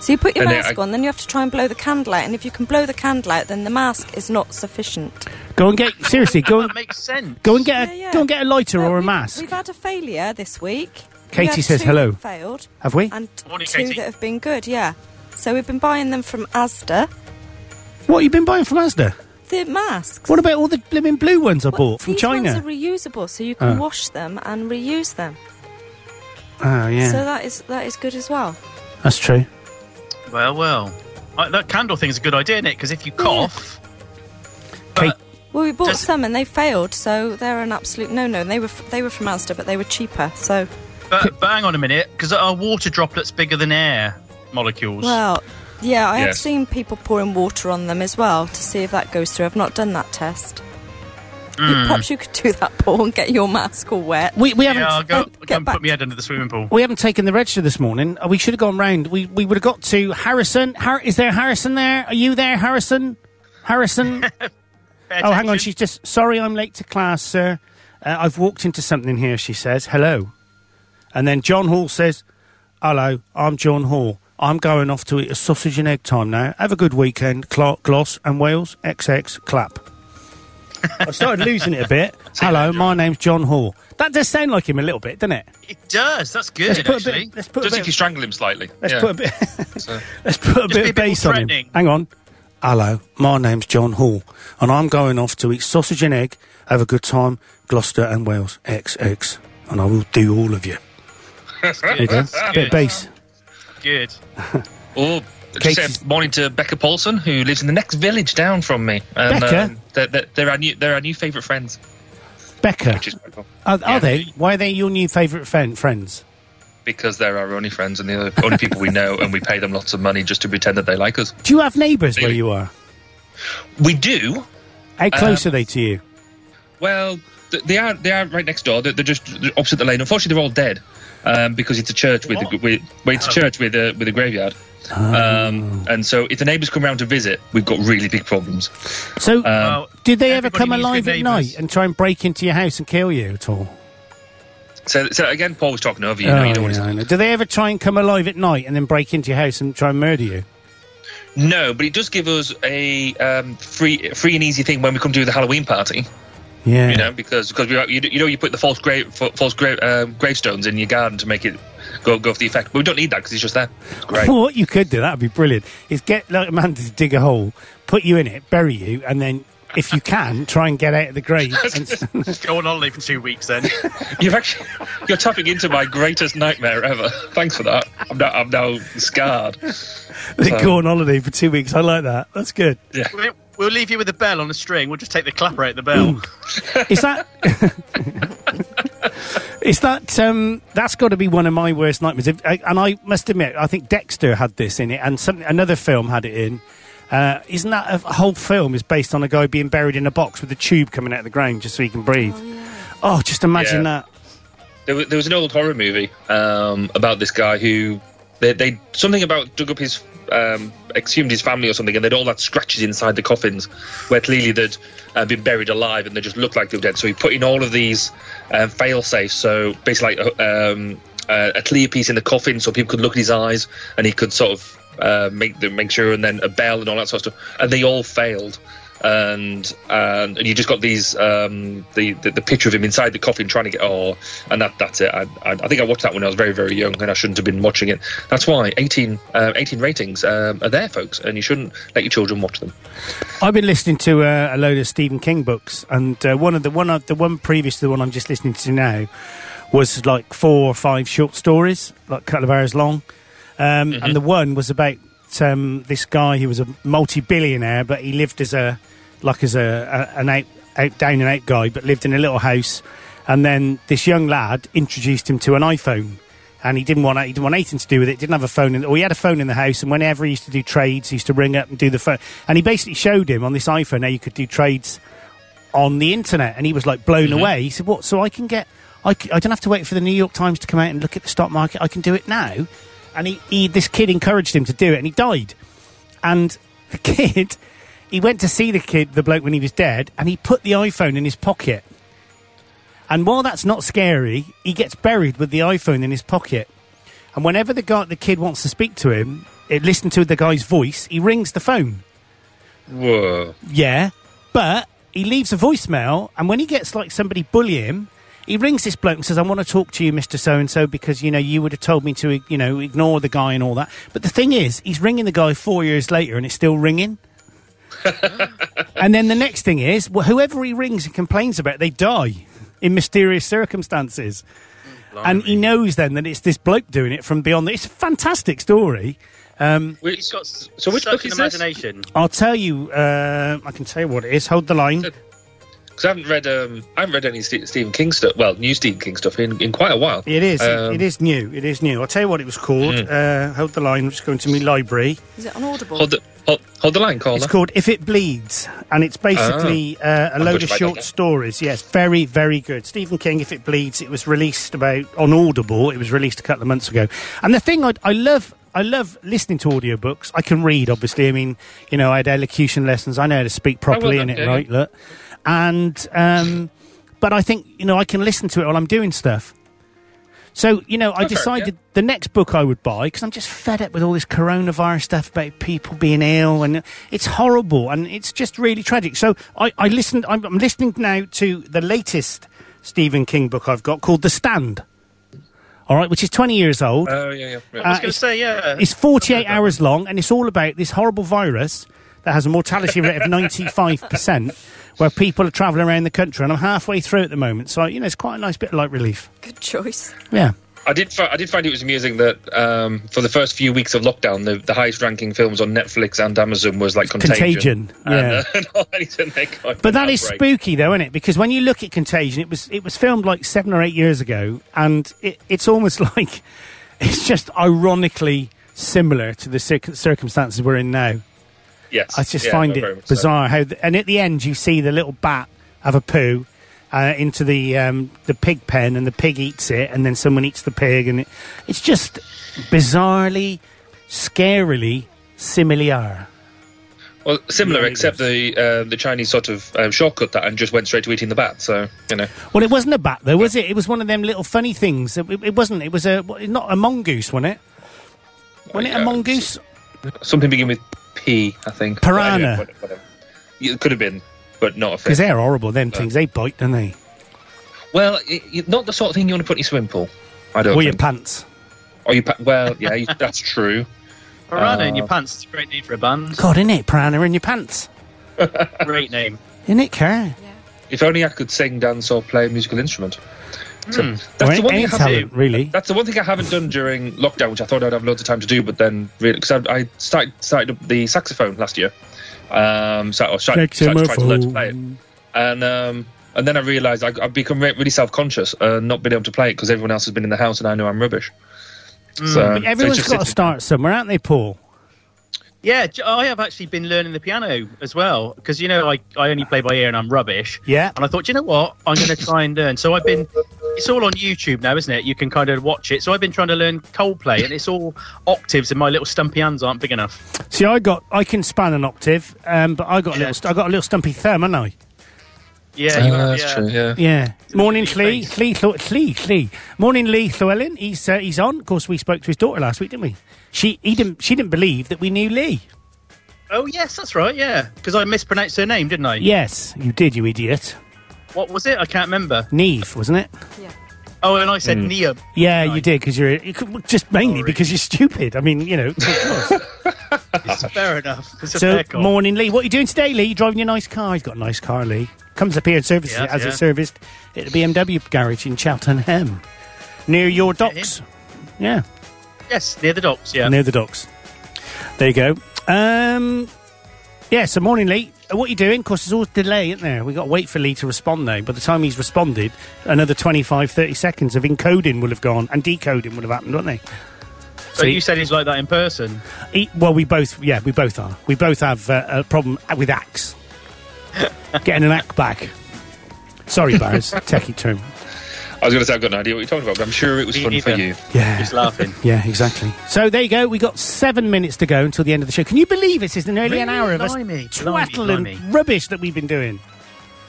[SPEAKER 6] So you put your
[SPEAKER 8] And it-
[SPEAKER 6] mask
[SPEAKER 8] I-
[SPEAKER 6] on, then you have to try and blow the candle out, and if you can blow the candle out, then the mask is not sufficient.
[SPEAKER 5] Go and get seriously.
[SPEAKER 6] *laughs*
[SPEAKER 5] Go
[SPEAKER 7] *laughs*
[SPEAKER 5] and
[SPEAKER 7] that makes sense.
[SPEAKER 5] go and get a,
[SPEAKER 6] Yeah, yeah.
[SPEAKER 5] Uh, go and get a lighter
[SPEAKER 6] No,
[SPEAKER 5] or a
[SPEAKER 6] we've-
[SPEAKER 5] mask.
[SPEAKER 6] We've had a failure this week.
[SPEAKER 5] Katie
[SPEAKER 6] We had
[SPEAKER 5] says
[SPEAKER 6] two
[SPEAKER 5] hello.
[SPEAKER 6] that Failed.
[SPEAKER 5] Have we?
[SPEAKER 6] And
[SPEAKER 8] Morning,
[SPEAKER 6] two
[SPEAKER 8] Katie.
[SPEAKER 6] that have been good, yeah. So we've been buying them from Asda.
[SPEAKER 5] What have you been buying from Asda?
[SPEAKER 6] The masks.
[SPEAKER 5] What about all the blooming blue ones I
[SPEAKER 6] Well,
[SPEAKER 5] bought from
[SPEAKER 6] these
[SPEAKER 5] China?
[SPEAKER 6] ones are reusable, so you can
[SPEAKER 5] Oh.
[SPEAKER 6] wash them and reuse them.
[SPEAKER 5] oh yeah,
[SPEAKER 6] So that is that is good as well.
[SPEAKER 5] that's true.
[SPEAKER 7] Well, well. Uh, that candle thing's a good idea, is Because if you cough,
[SPEAKER 5] Kate,
[SPEAKER 6] Well, we bought
[SPEAKER 7] Does-
[SPEAKER 6] some and they failed, so they're an absolute no-no. And they were f- they were from Asda, but they were cheaper. So
[SPEAKER 7] but, but hang on a minute, because our water droplets bigger than air molecules.
[SPEAKER 6] well, yeah, I have
[SPEAKER 8] Yes.
[SPEAKER 6] seen people pouring water on them as well to see if that goes through. I've not done that test. You-
[SPEAKER 8] Mm.
[SPEAKER 6] Perhaps you could do that, *laughs* Paul, and get your mask all wet.
[SPEAKER 5] we we haven't
[SPEAKER 7] yeah, I'll go,
[SPEAKER 6] uh,
[SPEAKER 7] I'll
[SPEAKER 6] get
[SPEAKER 7] go and
[SPEAKER 6] back
[SPEAKER 7] put my head under the swimming pool.
[SPEAKER 5] we haven't taken the register this morning. Uh, We should have gone round. We we would have got to Harrison. Har- is there Harrison there? Are you there, Harrison? Harrison.
[SPEAKER 7] Fair
[SPEAKER 5] oh, hang on.
[SPEAKER 7] attention.
[SPEAKER 5] She's just sorry. I'm late to class, sir. Uh, I've walked into something here. She says hello, and then John Hall says, "Hello, I'm John Hall. I'm going off to eat a sausage and egg time now. Have a good weekend, Clark Gloss and Wales XX Clap." *laughs* I started losing it a bit. Hello, my name's John Hall. That does sound like him a little bit, doesn't it?
[SPEAKER 7] It does. That's good,
[SPEAKER 5] Let's put a
[SPEAKER 7] actually.
[SPEAKER 5] bit. Let's put a
[SPEAKER 8] just
[SPEAKER 5] bit.
[SPEAKER 8] if you strangle him slightly.
[SPEAKER 5] Let's
[SPEAKER 8] yeah.
[SPEAKER 5] put a bit. *laughs*
[SPEAKER 8] So-
[SPEAKER 5] let's put a
[SPEAKER 7] be
[SPEAKER 5] bit
[SPEAKER 7] a
[SPEAKER 5] of
[SPEAKER 7] bit more
[SPEAKER 5] bass on him.
[SPEAKER 7] threatening.
[SPEAKER 5] Hang on. Hello, my name's John Hall, and I'm going off to eat sausage and egg, have a good time, Gloucester and Wales, XX, and I will do all of you. There you go. Bit of bass.
[SPEAKER 7] good.
[SPEAKER 8] Oh,
[SPEAKER 5] Kate's-
[SPEAKER 8] just said morning to Becca Paulson, who lives in the next village down from me. And,
[SPEAKER 5] Becca?
[SPEAKER 8] um, they're, they're, they're our new they're our new favourite friends.
[SPEAKER 5] Becca,
[SPEAKER 8] Which is quite cool,
[SPEAKER 5] are, are
[SPEAKER 8] Yeah.
[SPEAKER 5] they? Why are they your new favourite friend, friends?
[SPEAKER 8] because they're our only friends and the only people we know, and we pay them lots of money just to pretend that they like us.
[SPEAKER 5] Do you have neighbours where you are?
[SPEAKER 8] We do.
[SPEAKER 5] How close are they to you?
[SPEAKER 8] Well, th- they are they are right next door. They're, they're just opposite the lane. Unfortunately, they're all dead um, because it's a church with, a, with well, it's a church with a with a graveyard.
[SPEAKER 5] Oh.
[SPEAKER 8] Um, and so, if the neighbours come round to visit, we've got really big problems.
[SPEAKER 5] So,
[SPEAKER 7] Um, Well,
[SPEAKER 5] did they ever
[SPEAKER 7] everybody
[SPEAKER 5] come
[SPEAKER 7] needs good
[SPEAKER 5] alive at
[SPEAKER 7] neighbours.
[SPEAKER 5] night and try and break into your house and kill you at all?
[SPEAKER 8] So, so again, Paul was talking over you. you know, you don't want
[SPEAKER 5] Oh, yeah,
[SPEAKER 8] to-
[SPEAKER 5] I know. Do they ever try and come alive at night and then break into your house and try and murder you?
[SPEAKER 8] No, but it does give us a um, free, free and easy thing when we come to the Halloween party.
[SPEAKER 5] Yeah.
[SPEAKER 8] You know, because because we, you, you know you put the false grave, fa- false gra- um, gravestones in your garden to make it go go for the effect. But we don't need that because it's just there. It's great.
[SPEAKER 5] Well, *laughs* what you could do, that'd be brilliant, is get like a man to dig a hole, put you in it, bury you, and then, if you can, try and get out of the
[SPEAKER 8] *laughs*
[SPEAKER 5] grave. And, *laughs*
[SPEAKER 7] Go on holiday for two weeks then.
[SPEAKER 8] You've actually you're tapping into my greatest nightmare ever. Thanks for that. I'm now, I'm now scarred.
[SPEAKER 5] then go on holiday for two weeks. I like that. That's good.
[SPEAKER 7] We'll- We'll leave you with a bell on a string. We'll just take the clapper out of the bell.
[SPEAKER 5] Is that? *laughs* Is that um, that's got to be one of my worst nightmares? If, I, and I must admit, I think Dexter had this in it, and some, another film had it in. Uh, isn't that a, a whole film is based on a guy being buried in a box with a tube coming out of the ground just so he can breathe? Oh, just imagine
[SPEAKER 8] Yeah.
[SPEAKER 5] that.
[SPEAKER 8] There was, there was an old horror movie um, about this guy who they, they something about dug up his um, exhumed his family or something, and they'd all had scratches inside the coffins where clearly they'd uh, been buried alive and they just looked like they were dead. So he put in all of these um, fail safes, so basically like, uh, um, uh, a clear piece in the coffin so people could look at his eyes and he could sort of uh, make them make sure, and then a bell and all that sort of stuff, and they all failed. and and, and you just got these um, the, the the picture of him inside the coffin trying to get oh, and that that's it. I, I, I think I watched that when I was very very young, and I shouldn't have been watching it. That's why 18, uh, 18 ratings um, are there, folks, and you shouldn't let your children watch them.
[SPEAKER 5] I've been listening to uh, a load of Stephen King books, and uh, one of the one of the one previous to the one I'm just listening to now was like four or five short stories, like a couple of hours long, um, and the one was about um, this guy who was a multi-billionaire, but he lived as a like as a, a an out, out down and out guy, but lived in a little house, and then this young lad introduced him to an iPhone. And he didn't want he didn't want anything to do with it. Didn't have a phone, in, or he had a phone in the house. And whenever he used to do trades, he used to ring up and do the phone. And he basically showed him on this iPhone how you could do trades on the internet and he was like blown away he said what so i can get I, c- I don't have to wait for the new york times to come out and look at the stock market i can do it now and he, he this kid encouraged him to do it and he died and the *laughs* kid he went to see the kid the bloke when he was dead and he put the iphone in his pocket and while that's not scary he gets buried with the iphone in his pocket and whenever the guy the kid wants to speak to him it listen to the guy's voice he rings the phone
[SPEAKER 8] Whoa.
[SPEAKER 5] yeah, but he leaves a voicemail, and when he gets like somebody bully him, he rings this bloke and says, "I want to talk to you, Mister So and So, because you know you would have told me to, you know, ignore the guy and all that." But the thing is, he's ringing the guy four years later, and it's still ringing. and then the next thing is, wh- whoever he rings and complains about, they die in mysterious circumstances. And he knows then that it's this bloke doing it from beyond. The- it's a fantastic story.
[SPEAKER 7] He's got s-
[SPEAKER 8] So which
[SPEAKER 7] such
[SPEAKER 8] book
[SPEAKER 7] an
[SPEAKER 8] is this?
[SPEAKER 7] imagination.
[SPEAKER 5] I'll tell you. Uh, I can tell you what it is. Hold the line.
[SPEAKER 8] Because I haven't read um, I haven't read any Ste Stephen King stuff. Well, new Stephen King stuff in, in quite a while.
[SPEAKER 5] It is.
[SPEAKER 8] Um, Mm-hmm.
[SPEAKER 5] it is new. It is new. I'll tell you what it was called. Uh, hold the line. I'm just going to my library.
[SPEAKER 6] Is it on Audible?
[SPEAKER 8] Hold the hold, hold the line, caller.
[SPEAKER 5] It's called If It Bleeds, and it's basically
[SPEAKER 8] Ah.
[SPEAKER 5] uh, a
[SPEAKER 8] good
[SPEAKER 5] load of
[SPEAKER 8] if I
[SPEAKER 5] short
[SPEAKER 8] don't know.
[SPEAKER 5] stories. Yes, very, very good. Stephen King, If It Bleeds. It was released about on Audible. It was released a couple of months ago. And the thing I, I love. I love listening to audiobooks. I can read, obviously. I mean, you know, I had elocution lessons. I know how to speak properly
[SPEAKER 8] done,
[SPEAKER 5] in it,
[SPEAKER 8] yeah, yeah.
[SPEAKER 5] right? Look. And, um, but I think, you know, I can listen to it while I'm doing stuff. So, you know, I
[SPEAKER 8] Okay, yeah.
[SPEAKER 5] decided the next book I would buy because I'm just fed up with all this coronavirus stuff about people being ill and it's horrible and it's just really tragic. So I, I listened, I'm, I'm listening now to the latest Stephen King book I've got called The Stand, all right, which is 20 years old.
[SPEAKER 8] Oh yeah, yeah. yeah.
[SPEAKER 5] Uh,
[SPEAKER 7] I was going to say,
[SPEAKER 8] *laughs*
[SPEAKER 7] yeah.
[SPEAKER 5] It's 48 hours long, and it's all about this horrible virus that has a mortality rate of 95%, where people are travelling around the country, and I'm halfway through at the moment. So, you know, it's quite a nice bit of light relief.
[SPEAKER 6] Good choice.
[SPEAKER 5] Yeah.
[SPEAKER 8] I did. Fi- I did find it was amusing that um, for the first few weeks of lockdown, the, the highest ranking films on Netflix and Amazon was like Contagion.
[SPEAKER 5] Contagion, yeah.
[SPEAKER 8] *laughs* And, uh, and anything they got
[SPEAKER 5] But that is
[SPEAKER 8] outbreak.
[SPEAKER 5] spooky, though, isn't it? Because when you look at Contagion, it was it was filmed like seven or eight years ago, and it, it's almost *laughs* like it's just ironically similar to the circ- circumstances we're in now.
[SPEAKER 8] Yes,
[SPEAKER 5] I just
[SPEAKER 8] yeah,
[SPEAKER 5] find
[SPEAKER 8] no, very much
[SPEAKER 5] it
[SPEAKER 8] so.
[SPEAKER 5] bizarre how, th- and at the end you see the little bat have a poo uh, into the um, the pig pen, and the pig eats it, and then someone eats the pig, and it, it's just bizarrely, scarily similar.
[SPEAKER 8] Well, similar,
[SPEAKER 5] Yeah, it
[SPEAKER 8] except the uh, the Chinese sort of um, shortcut that and just went straight to eating the bat. So you know,
[SPEAKER 5] Well, it wasn't a bat though, was it? It was one of them little funny things. It, it wasn't. It was a what- not a mongoose, wasn't it? Wasn't it
[SPEAKER 8] Yeah,
[SPEAKER 5] a mongoose?
[SPEAKER 8] something begin with P, I think. But
[SPEAKER 5] Piranha.
[SPEAKER 8] anyway, whatever, whatever. Yeah, It could have been, but not a
[SPEAKER 5] Because
[SPEAKER 8] fish.
[SPEAKER 5] they're horrible. Them things they bite, don't they?
[SPEAKER 8] Well, it, it- not the sort of thing you want to put in your swimming pool. I don't.
[SPEAKER 5] Or your
[SPEAKER 8] think.
[SPEAKER 5] pants.
[SPEAKER 8] Or your pa- well, yeah, *laughs* you, that's true.
[SPEAKER 7] Piranha
[SPEAKER 8] Oh.
[SPEAKER 7] in your pants. It's a great name for a band.
[SPEAKER 5] God, in it, piranha in your pants.
[SPEAKER 7] Great name.
[SPEAKER 5] In it, Karen.
[SPEAKER 8] If only I could sing, dance, or play a musical instrument.
[SPEAKER 5] Hmm.
[SPEAKER 8] So that's
[SPEAKER 5] Or any
[SPEAKER 8] the one thing I haven't-
[SPEAKER 5] talent, really.
[SPEAKER 8] That's the one thing I haven't done during lockdown, which I thought I'd have loads of time to do, but then really because I, I started started up the saxophone last year, um, so or started, started trying to learn to play it, and um, and then I realised I, I've become re- really self conscious uh, not being able to play it because everyone else has been in the house and I know I'm rubbish. so, so
[SPEAKER 5] Hmm, Everyone's
[SPEAKER 8] it's just-
[SPEAKER 5] got to start somewhere, aren't they, Paul?
[SPEAKER 7] Yeah, j- I have actually been learning the piano as well because you know I, I only play by ear and I'm rubbish.
[SPEAKER 5] Yeah.
[SPEAKER 7] And I thought, you know what, I'm going to try and learn. So I've been. It's all on YouTube now, isn't it? You can kind of watch it. So I've been trying to learn Coldplay, and it's all octaves, and my little stumpy hands aren't big enough.
[SPEAKER 5] See, I got I can span an octave, um, but I got
[SPEAKER 7] Yeah.
[SPEAKER 5] a little st- I got a little stumpy thumb, haven't I?
[SPEAKER 7] Yeah,
[SPEAKER 8] Uh,
[SPEAKER 7] you have,
[SPEAKER 8] that's
[SPEAKER 7] yeah.
[SPEAKER 8] true. Yeah.
[SPEAKER 5] Yeah. Morning,
[SPEAKER 7] Big
[SPEAKER 5] Lee.
[SPEAKER 7] face.
[SPEAKER 5] Lee, Thlu- Lee, Lee. Morning, Lee Llewellyn. He's uh, he's on. Of course, we spoke to his daughter last week, didn't we? She he didn't she didn't believe that we knew Lee.
[SPEAKER 7] Oh yes, that's right. Yeah, because I mispronounced her name, didn't I?
[SPEAKER 5] Yes, you did, you idiot.
[SPEAKER 7] What was it? I can't remember.
[SPEAKER 5] Neve, wasn't it?
[SPEAKER 7] Oh, and I said
[SPEAKER 5] Hmm.
[SPEAKER 7] Neo.
[SPEAKER 5] Yeah, you did because you're you could- just mainly because you're stupid. I mean, you know.
[SPEAKER 7] Fair enough. It's a
[SPEAKER 5] so,
[SPEAKER 7] fair call.
[SPEAKER 5] morning, Lee. What are you doing today, Lee? You driving your nice car? You've got a nice car, Lee. Comes up here and services
[SPEAKER 7] Yeah,
[SPEAKER 5] it as
[SPEAKER 7] yeah.
[SPEAKER 5] it's serviced at the BMW garage in Cheltenham, near your docks. Yeah,
[SPEAKER 7] Yes, near the docks. Yeah.
[SPEAKER 5] near the docks. There you go. Um, yeah. So, morning, Lee. Uh, What are you doing? Of course, there's always delay, isn't there? We've got to wait for Lee to respond, though. By the time he's responded, another 25, 30 seconds of encoding will have gone and decoding will have happened, won't they?
[SPEAKER 7] so you said he's like that in person.
[SPEAKER 5] E- Well, we both, yeah, we both are. We both have uh, a problem with axe. Getting an axe back. Sorry, Barris, techie term.
[SPEAKER 8] I was going to say I've got no idea what you're talking about, but I'm sure it was
[SPEAKER 7] Me
[SPEAKER 8] fun for
[SPEAKER 7] neither.
[SPEAKER 8] you.
[SPEAKER 5] Yeah,
[SPEAKER 7] Just
[SPEAKER 5] *laughs*
[SPEAKER 7] laughing.
[SPEAKER 5] yeah, exactly. So there you go. We got seven minutes to go until the end of the show. Can you believe it's nearly an
[SPEAKER 7] Really?
[SPEAKER 5] hour of us
[SPEAKER 7] Blimey,
[SPEAKER 5] twattle
[SPEAKER 7] blimey,
[SPEAKER 5] and rubbish that we've been doing?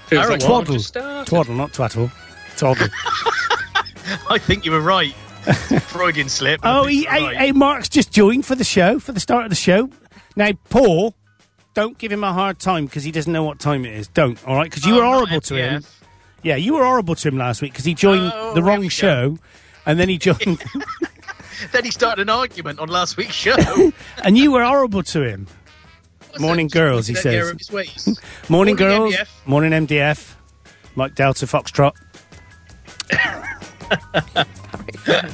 [SPEAKER 8] Feels
[SPEAKER 7] Harold
[SPEAKER 8] like one
[SPEAKER 5] Twaddle,
[SPEAKER 8] just started.
[SPEAKER 5] twaddle, not twaddle,
[SPEAKER 7] *laughs*
[SPEAKER 5] twaddle.
[SPEAKER 7] I think you were right. Freudian slip.
[SPEAKER 5] oh,
[SPEAKER 7] I think
[SPEAKER 5] he,
[SPEAKER 7] you were
[SPEAKER 5] hey, hey, Mark's just joined for the show for the start of the show. Now, Paul, don't give him a hard time because he doesn't know what time it is. Don't, all right? Because you
[SPEAKER 7] Oh,
[SPEAKER 5] were
[SPEAKER 7] not
[SPEAKER 5] horrible to him.
[SPEAKER 7] MPF.
[SPEAKER 5] Yeah, you were horrible to him last week because he joined
[SPEAKER 7] Oh,
[SPEAKER 5] the
[SPEAKER 7] here we
[SPEAKER 5] wrong
[SPEAKER 7] go.
[SPEAKER 5] show, and then he
[SPEAKER 8] *laughs*
[SPEAKER 5] joined,
[SPEAKER 7] Then he started an argument on last week's
[SPEAKER 5] *laughs*
[SPEAKER 7] show. What
[SPEAKER 5] and you were horrible to him.
[SPEAKER 7] was
[SPEAKER 5] Morning,
[SPEAKER 7] it?
[SPEAKER 5] girls, he
[SPEAKER 7] That error
[SPEAKER 5] says.
[SPEAKER 7] of his
[SPEAKER 5] *laughs*
[SPEAKER 7] ways. Morning,
[SPEAKER 5] Morning, girls.
[SPEAKER 7] MDF.
[SPEAKER 5] Morning, MDF. Mike Delta
[SPEAKER 8] *laughs*
[SPEAKER 5] Foxtrot. Look at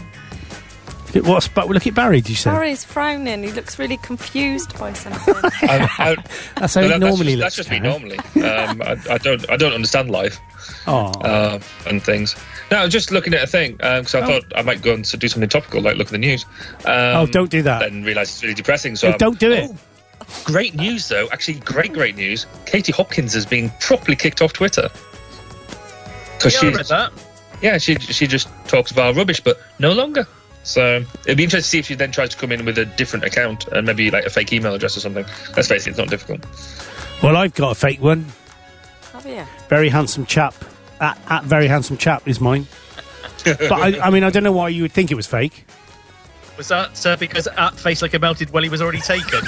[SPEAKER 5] What's but look at Barry? Did you say
[SPEAKER 6] Barry's frowning. He looks really confused by
[SPEAKER 8] *laughs*
[SPEAKER 6] something.
[SPEAKER 8] *laughs* I- I-
[SPEAKER 5] that's how
[SPEAKER 8] no,
[SPEAKER 5] he
[SPEAKER 8] that-
[SPEAKER 5] normally
[SPEAKER 8] that's just,
[SPEAKER 5] looks?
[SPEAKER 8] That's just me normally. Um, I, I don't I don't understand life
[SPEAKER 5] *laughs* Oh,
[SPEAKER 8] uh, and things. No, I was just looking at a thing because I thought I might go and do something topical, like look at the news. Um,
[SPEAKER 5] oh, don't do that.
[SPEAKER 8] Then realise it's really depressing. So I'm- Oh,
[SPEAKER 5] don't do it.
[SPEAKER 8] Great news, though. Actually, great, great news. Katie Hopkins has been properly kicked off Twitter. Because
[SPEAKER 7] Yeah, I read that.
[SPEAKER 8] yeah, she she just talks about rubbish, but no longer. So it'd be interesting to see if she then tries to come in with a different account and maybe like a fake email address or something. Let's face it, it's not difficult.
[SPEAKER 5] Well, I've got a fake one.
[SPEAKER 6] Have you?
[SPEAKER 5] Very handsome chap. At, at very handsome chap is
[SPEAKER 8] *laughs*
[SPEAKER 5] mine. but I, I mean, I don't know why you would think it was fake.
[SPEAKER 7] Was that uh, because at face like a melted well he was already
[SPEAKER 5] *laughs*
[SPEAKER 7] taken?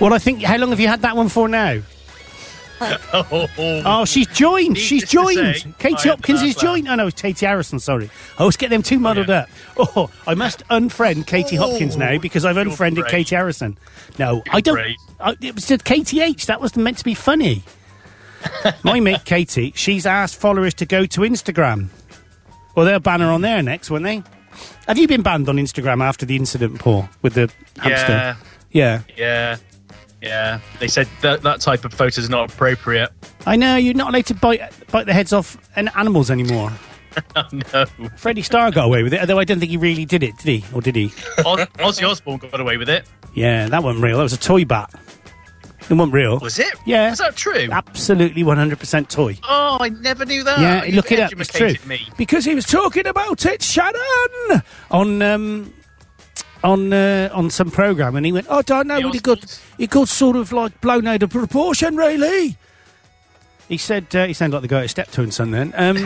[SPEAKER 5] Well, I think. How long have you had that one for now?
[SPEAKER 7] oh,
[SPEAKER 5] Oh, she's joined.
[SPEAKER 7] Needless
[SPEAKER 5] she's
[SPEAKER 7] to
[SPEAKER 5] joined.
[SPEAKER 7] say, I
[SPEAKER 5] Katie
[SPEAKER 7] am
[SPEAKER 5] Hopkins
[SPEAKER 7] glad
[SPEAKER 5] is
[SPEAKER 7] that-
[SPEAKER 5] joined. Oh, no, it's Katie Harrison, sorry. I always get them two muddled
[SPEAKER 7] yeah. Oh,
[SPEAKER 5] up. Oh, I must unfriend Katie Hopkins now because I've
[SPEAKER 7] you're
[SPEAKER 5] unfriended
[SPEAKER 7] brave.
[SPEAKER 5] Katie Harrison. No, I don't.
[SPEAKER 7] brave.
[SPEAKER 5] I, it was just Katie H. That was meant to be
[SPEAKER 7] *laughs*
[SPEAKER 5] funny. My mate Katie, she's asked followers to go to Instagram. Well, they'll ban her on there next, won't they? Have you been banned on Instagram after the incident, Paul, with the
[SPEAKER 7] yeah,
[SPEAKER 5] hamster? Yeah.
[SPEAKER 7] yeah, yeah. They said that that type of photo is not appropriate. *laughs*
[SPEAKER 5] I know you're not allowed to bite bite the heads off an animals anymore.
[SPEAKER 7] no,
[SPEAKER 5] Freddie Starr got away with it, although I don't think he really did it, did he? Or did he?
[SPEAKER 7] Oz- Ozzy Osbourne got away with it.
[SPEAKER 5] Yeah, that wasn't real. That was a toy bat. It wasn't real.
[SPEAKER 7] Was it?
[SPEAKER 5] Yeah.
[SPEAKER 7] Is that true?
[SPEAKER 5] Absolutely 100% toy.
[SPEAKER 7] Oh, I never knew that.
[SPEAKER 5] yeah,
[SPEAKER 7] You've
[SPEAKER 5] look it up. It's true.
[SPEAKER 7] educated Me.
[SPEAKER 5] Because he was talking about it, Shannon, on um, on uh, on some program, and he went, "Oh, I don't know."
[SPEAKER 7] The
[SPEAKER 5] When he got
[SPEAKER 7] Osmonds?
[SPEAKER 5] he got sort of like blown out of proportion, really. He said uh, he sounded like the guy at Steptoe and Son. Then
[SPEAKER 7] *laughs*
[SPEAKER 5] um,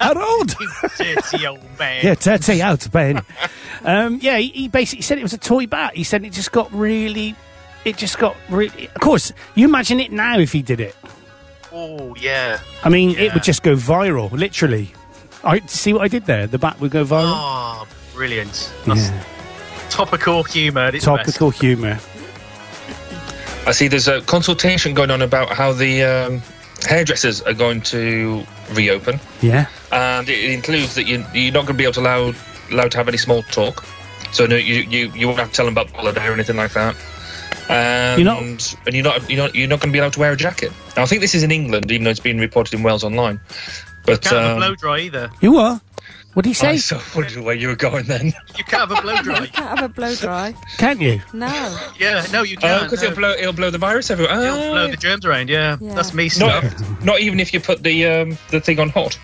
[SPEAKER 5] Harold.
[SPEAKER 7] Dirty old man.
[SPEAKER 5] Yeah, dirty out, Ben. *laughs* um, yeah, he, he basically said it was a toy bat. He said it just got really. It just got really. Of course, you imagine it now if he did it.
[SPEAKER 7] Oh, yeah.
[SPEAKER 5] I mean, it
[SPEAKER 7] Yeah.
[SPEAKER 5] would just go viral, literally. I see what I did there. The bat would go viral.
[SPEAKER 7] Oh, brilliant. That's
[SPEAKER 5] yeah.
[SPEAKER 7] topical humour. at its
[SPEAKER 5] Topical humour.
[SPEAKER 8] I see there's a consultation going on about how the um, hairdressers are going to reopen,
[SPEAKER 5] Yeah.
[SPEAKER 8] and it includes that you, you're not going to be able to allow allowed to have any small talk. So no, you you, you won't have to tell them about the holiday or anything like that. And
[SPEAKER 5] You're
[SPEAKER 8] you're
[SPEAKER 5] not-
[SPEAKER 8] not, and you're not you're not you're not going to be allowed to wear a jacket. Now I think this is in England, even though it's been reported in Wales online. But
[SPEAKER 7] best. Can't have a
[SPEAKER 8] um,
[SPEAKER 7] blow dry either.
[SPEAKER 5] You are. What do you say?
[SPEAKER 8] I so wondered where you were going then.
[SPEAKER 7] You can't have a blow
[SPEAKER 5] *laughs*
[SPEAKER 7] dry.
[SPEAKER 6] Can't have a blow dry.
[SPEAKER 5] Can't you?
[SPEAKER 6] No.
[SPEAKER 7] yeah, no,
[SPEAKER 5] Uh,
[SPEAKER 7] you
[SPEAKER 8] Oh,
[SPEAKER 7] can't.
[SPEAKER 8] because
[SPEAKER 7] no.
[SPEAKER 8] it'll blow it'll blow the virus everywhere.
[SPEAKER 7] It'll
[SPEAKER 8] Ah.
[SPEAKER 7] blow the germs around, yeah.
[SPEAKER 6] Yeah.
[SPEAKER 7] That's me
[SPEAKER 8] not,
[SPEAKER 7] stuff.
[SPEAKER 5] *laughs*
[SPEAKER 8] not even if you put the um, the thing on hot.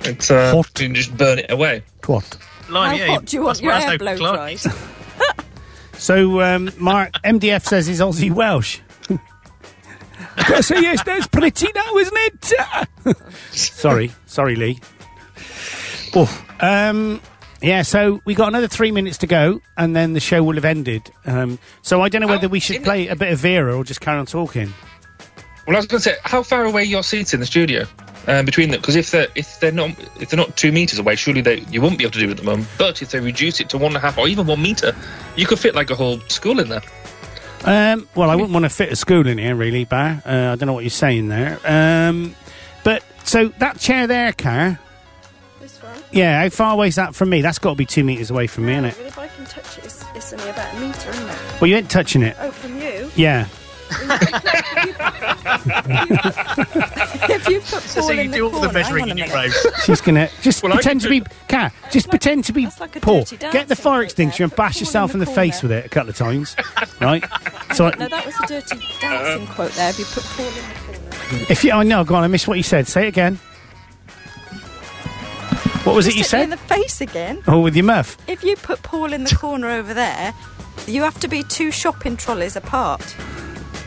[SPEAKER 8] It's uh,
[SPEAKER 5] Hot.
[SPEAKER 8] You can just burn it away.
[SPEAKER 5] Twat.
[SPEAKER 7] Blimey,
[SPEAKER 6] How
[SPEAKER 7] yeah,
[SPEAKER 6] hot do you want
[SPEAKER 7] that's-
[SPEAKER 6] your
[SPEAKER 7] that's
[SPEAKER 6] hair blow
[SPEAKER 7] no clock.
[SPEAKER 6] dried?
[SPEAKER 5] *laughs* So, um, Mark MDF says he's Aussie *laughs* Welsh. Because he is, that's pretty now, isn't *laughs* it? sorry, sorry, Lee. Oh, um, Yeah, so we got another three minutes to go, and then the show will have ended. Um, so I don't know whether we should play a bit of Vera or just carry on talking.
[SPEAKER 8] Well, I was going to say, how far away are your seats in the studio um, between them? Because if they're if they're not if they're not two meters away, surely they you wouldn't be able to do it at the moment. But if they reduce it to one and a half or even one meter, you could fit like a whole school in there.
[SPEAKER 5] Um, well, I wouldn't want to fit a school in here, really, Bar. Uh, I don't know what you're saying there. Um, but so that chair there, Car.
[SPEAKER 6] This one.
[SPEAKER 5] Yeah, how far away is that from me? That's got to be two meters away from me, isn't it?
[SPEAKER 6] Well, if I can touch it, it's, it's only about a metre, isn't it?
[SPEAKER 5] Well, you ain't touching it.
[SPEAKER 6] Oh, from
[SPEAKER 5] *laughs*
[SPEAKER 6] you? *laughs*
[SPEAKER 5] Yeah.
[SPEAKER 6] if you put Paul in the corner, hang on a minute.
[SPEAKER 5] She's gonna just
[SPEAKER 8] Well, I
[SPEAKER 5] pretend to
[SPEAKER 8] can
[SPEAKER 5] be car. Just pretend to be
[SPEAKER 6] that's like a
[SPEAKER 5] poor.
[SPEAKER 6] dirty dance
[SPEAKER 5] Get the
[SPEAKER 6] thing
[SPEAKER 5] fire
[SPEAKER 6] right
[SPEAKER 5] extinguisher
[SPEAKER 6] there.
[SPEAKER 5] and bash
[SPEAKER 6] Put the
[SPEAKER 5] yourself in
[SPEAKER 6] ball
[SPEAKER 5] the
[SPEAKER 6] in the
[SPEAKER 5] face with
[SPEAKER 6] corner.
[SPEAKER 5] it a couple
[SPEAKER 6] *laughs*
[SPEAKER 5] of times, right? So
[SPEAKER 6] No,
[SPEAKER 5] I,
[SPEAKER 6] that was a dirty dancing quote there. If you put Paul in the corner.
[SPEAKER 5] if you, I know, go on. I missed what you said. Say it again. What was it you
[SPEAKER 6] Hit me in
[SPEAKER 5] said?
[SPEAKER 6] the face again.
[SPEAKER 5] Oh, with your muff.
[SPEAKER 6] If you put Paul in the corner over there, you have to be two shopping trolleys apart.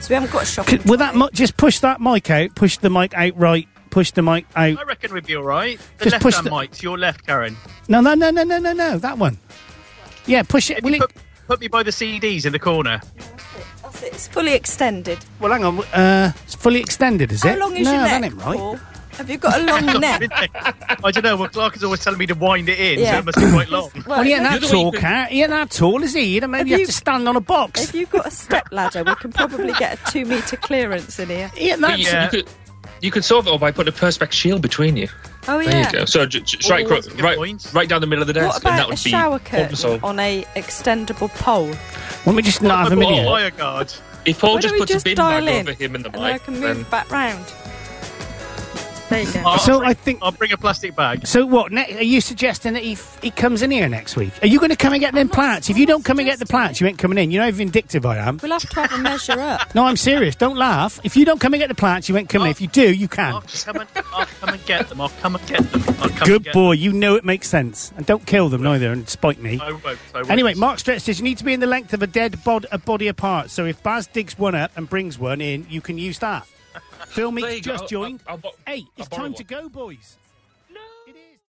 [SPEAKER 6] So we haven't got a shopping.
[SPEAKER 5] Could, will that
[SPEAKER 6] trolley.
[SPEAKER 5] mic just push that mic out? Push the mic out right. Push the mic out.
[SPEAKER 7] I reckon we'd be all right. The
[SPEAKER 5] Just
[SPEAKER 7] left
[SPEAKER 5] push
[SPEAKER 7] hand
[SPEAKER 5] the-
[SPEAKER 7] mic to your left, Karen.
[SPEAKER 5] No, no, no, no, no, no, no. That one. Yeah, push it.
[SPEAKER 7] If
[SPEAKER 5] Will
[SPEAKER 7] you
[SPEAKER 5] it?
[SPEAKER 7] put, put me by the CDs in the corner.
[SPEAKER 6] That's it. It's fully extended.
[SPEAKER 5] Well, hang on. Uh, it's fully extended, is
[SPEAKER 6] How
[SPEAKER 5] it?
[SPEAKER 6] long is
[SPEAKER 5] no,
[SPEAKER 6] your
[SPEAKER 5] that
[SPEAKER 6] neck,
[SPEAKER 5] ain't right.
[SPEAKER 6] Paul? Have you got a
[SPEAKER 5] *laughs*
[SPEAKER 6] long neck?
[SPEAKER 7] I don't know. Well, Clark is always telling me to wind it in, so
[SPEAKER 6] Yeah.
[SPEAKER 7] it must be quite long.
[SPEAKER 5] Well, he ain't that
[SPEAKER 8] You're the one
[SPEAKER 5] tall,
[SPEAKER 8] who-
[SPEAKER 5] cat. He ain't that tall, is he? You know, maybe
[SPEAKER 6] Have
[SPEAKER 5] you have
[SPEAKER 6] you-
[SPEAKER 5] to stand on a box.
[SPEAKER 6] If you've got a step ladder, we can probably get a two metre clearance in here.
[SPEAKER 5] He ain't
[SPEAKER 8] But
[SPEAKER 5] that
[SPEAKER 8] you,
[SPEAKER 7] Yeah.
[SPEAKER 8] you could you could solve it all by putting a perspex shield between you.
[SPEAKER 6] Oh
[SPEAKER 8] There
[SPEAKER 6] yeah.
[SPEAKER 8] you go. So j- j- right,
[SPEAKER 7] Oh,
[SPEAKER 8] cro-
[SPEAKER 7] that's a good point.
[SPEAKER 8] right, right down the middle of the desk,
[SPEAKER 6] What
[SPEAKER 8] and that
[SPEAKER 6] about a
[SPEAKER 8] would be
[SPEAKER 6] shower
[SPEAKER 8] problem
[SPEAKER 6] curtain
[SPEAKER 8] solved.
[SPEAKER 6] on a extendable pole?
[SPEAKER 5] Let me just *laughs* not have a
[SPEAKER 7] I've
[SPEAKER 5] Oh,
[SPEAKER 7] got
[SPEAKER 5] minute.
[SPEAKER 7] wire guard.
[SPEAKER 8] If Paul
[SPEAKER 6] Why
[SPEAKER 8] just
[SPEAKER 6] don't we
[SPEAKER 8] puts
[SPEAKER 6] just
[SPEAKER 8] a bin
[SPEAKER 6] dial
[SPEAKER 8] bag
[SPEAKER 6] in
[SPEAKER 8] over him and the
[SPEAKER 6] and I
[SPEAKER 8] mic,
[SPEAKER 6] can move
[SPEAKER 8] then
[SPEAKER 6] back round? There you go.
[SPEAKER 7] I'll,
[SPEAKER 5] So
[SPEAKER 7] bring,
[SPEAKER 5] I think-
[SPEAKER 7] I'll bring a plastic bag.
[SPEAKER 5] So what? Ne- are you suggesting that he, f- he comes in here next week? Are you going to come and get them plants? If you don't come and get the plants, you ain't coming in. You know how vindictive I am.
[SPEAKER 6] We'll have to have a measure up.
[SPEAKER 5] No, I'm serious. Don't laugh. If you don't come and get the plants, you ain't coming. in. If you do, you
[SPEAKER 7] I'll
[SPEAKER 5] can.
[SPEAKER 7] come, and, I'll come and get them. I'll come and get them. I'll come and
[SPEAKER 5] Good
[SPEAKER 7] get
[SPEAKER 5] boy. You know it makes sense. And don't kill them neither and spite me.
[SPEAKER 7] Them. I won't. I won't.
[SPEAKER 5] Anyway, Mark Stretch says you need to be in the length of a dead bod- a body apart. So if Baz digs one up and
[SPEAKER 8] *laughs*
[SPEAKER 5] brings one in, you can use that. Phil
[SPEAKER 8] There
[SPEAKER 5] Meeks
[SPEAKER 8] you go.
[SPEAKER 5] just
[SPEAKER 8] I'll-
[SPEAKER 5] joined.
[SPEAKER 8] I'll- I'll bo-
[SPEAKER 5] hey,
[SPEAKER 8] I'll
[SPEAKER 5] it's
[SPEAKER 8] borrow
[SPEAKER 5] time
[SPEAKER 8] one.
[SPEAKER 5] to go, boys.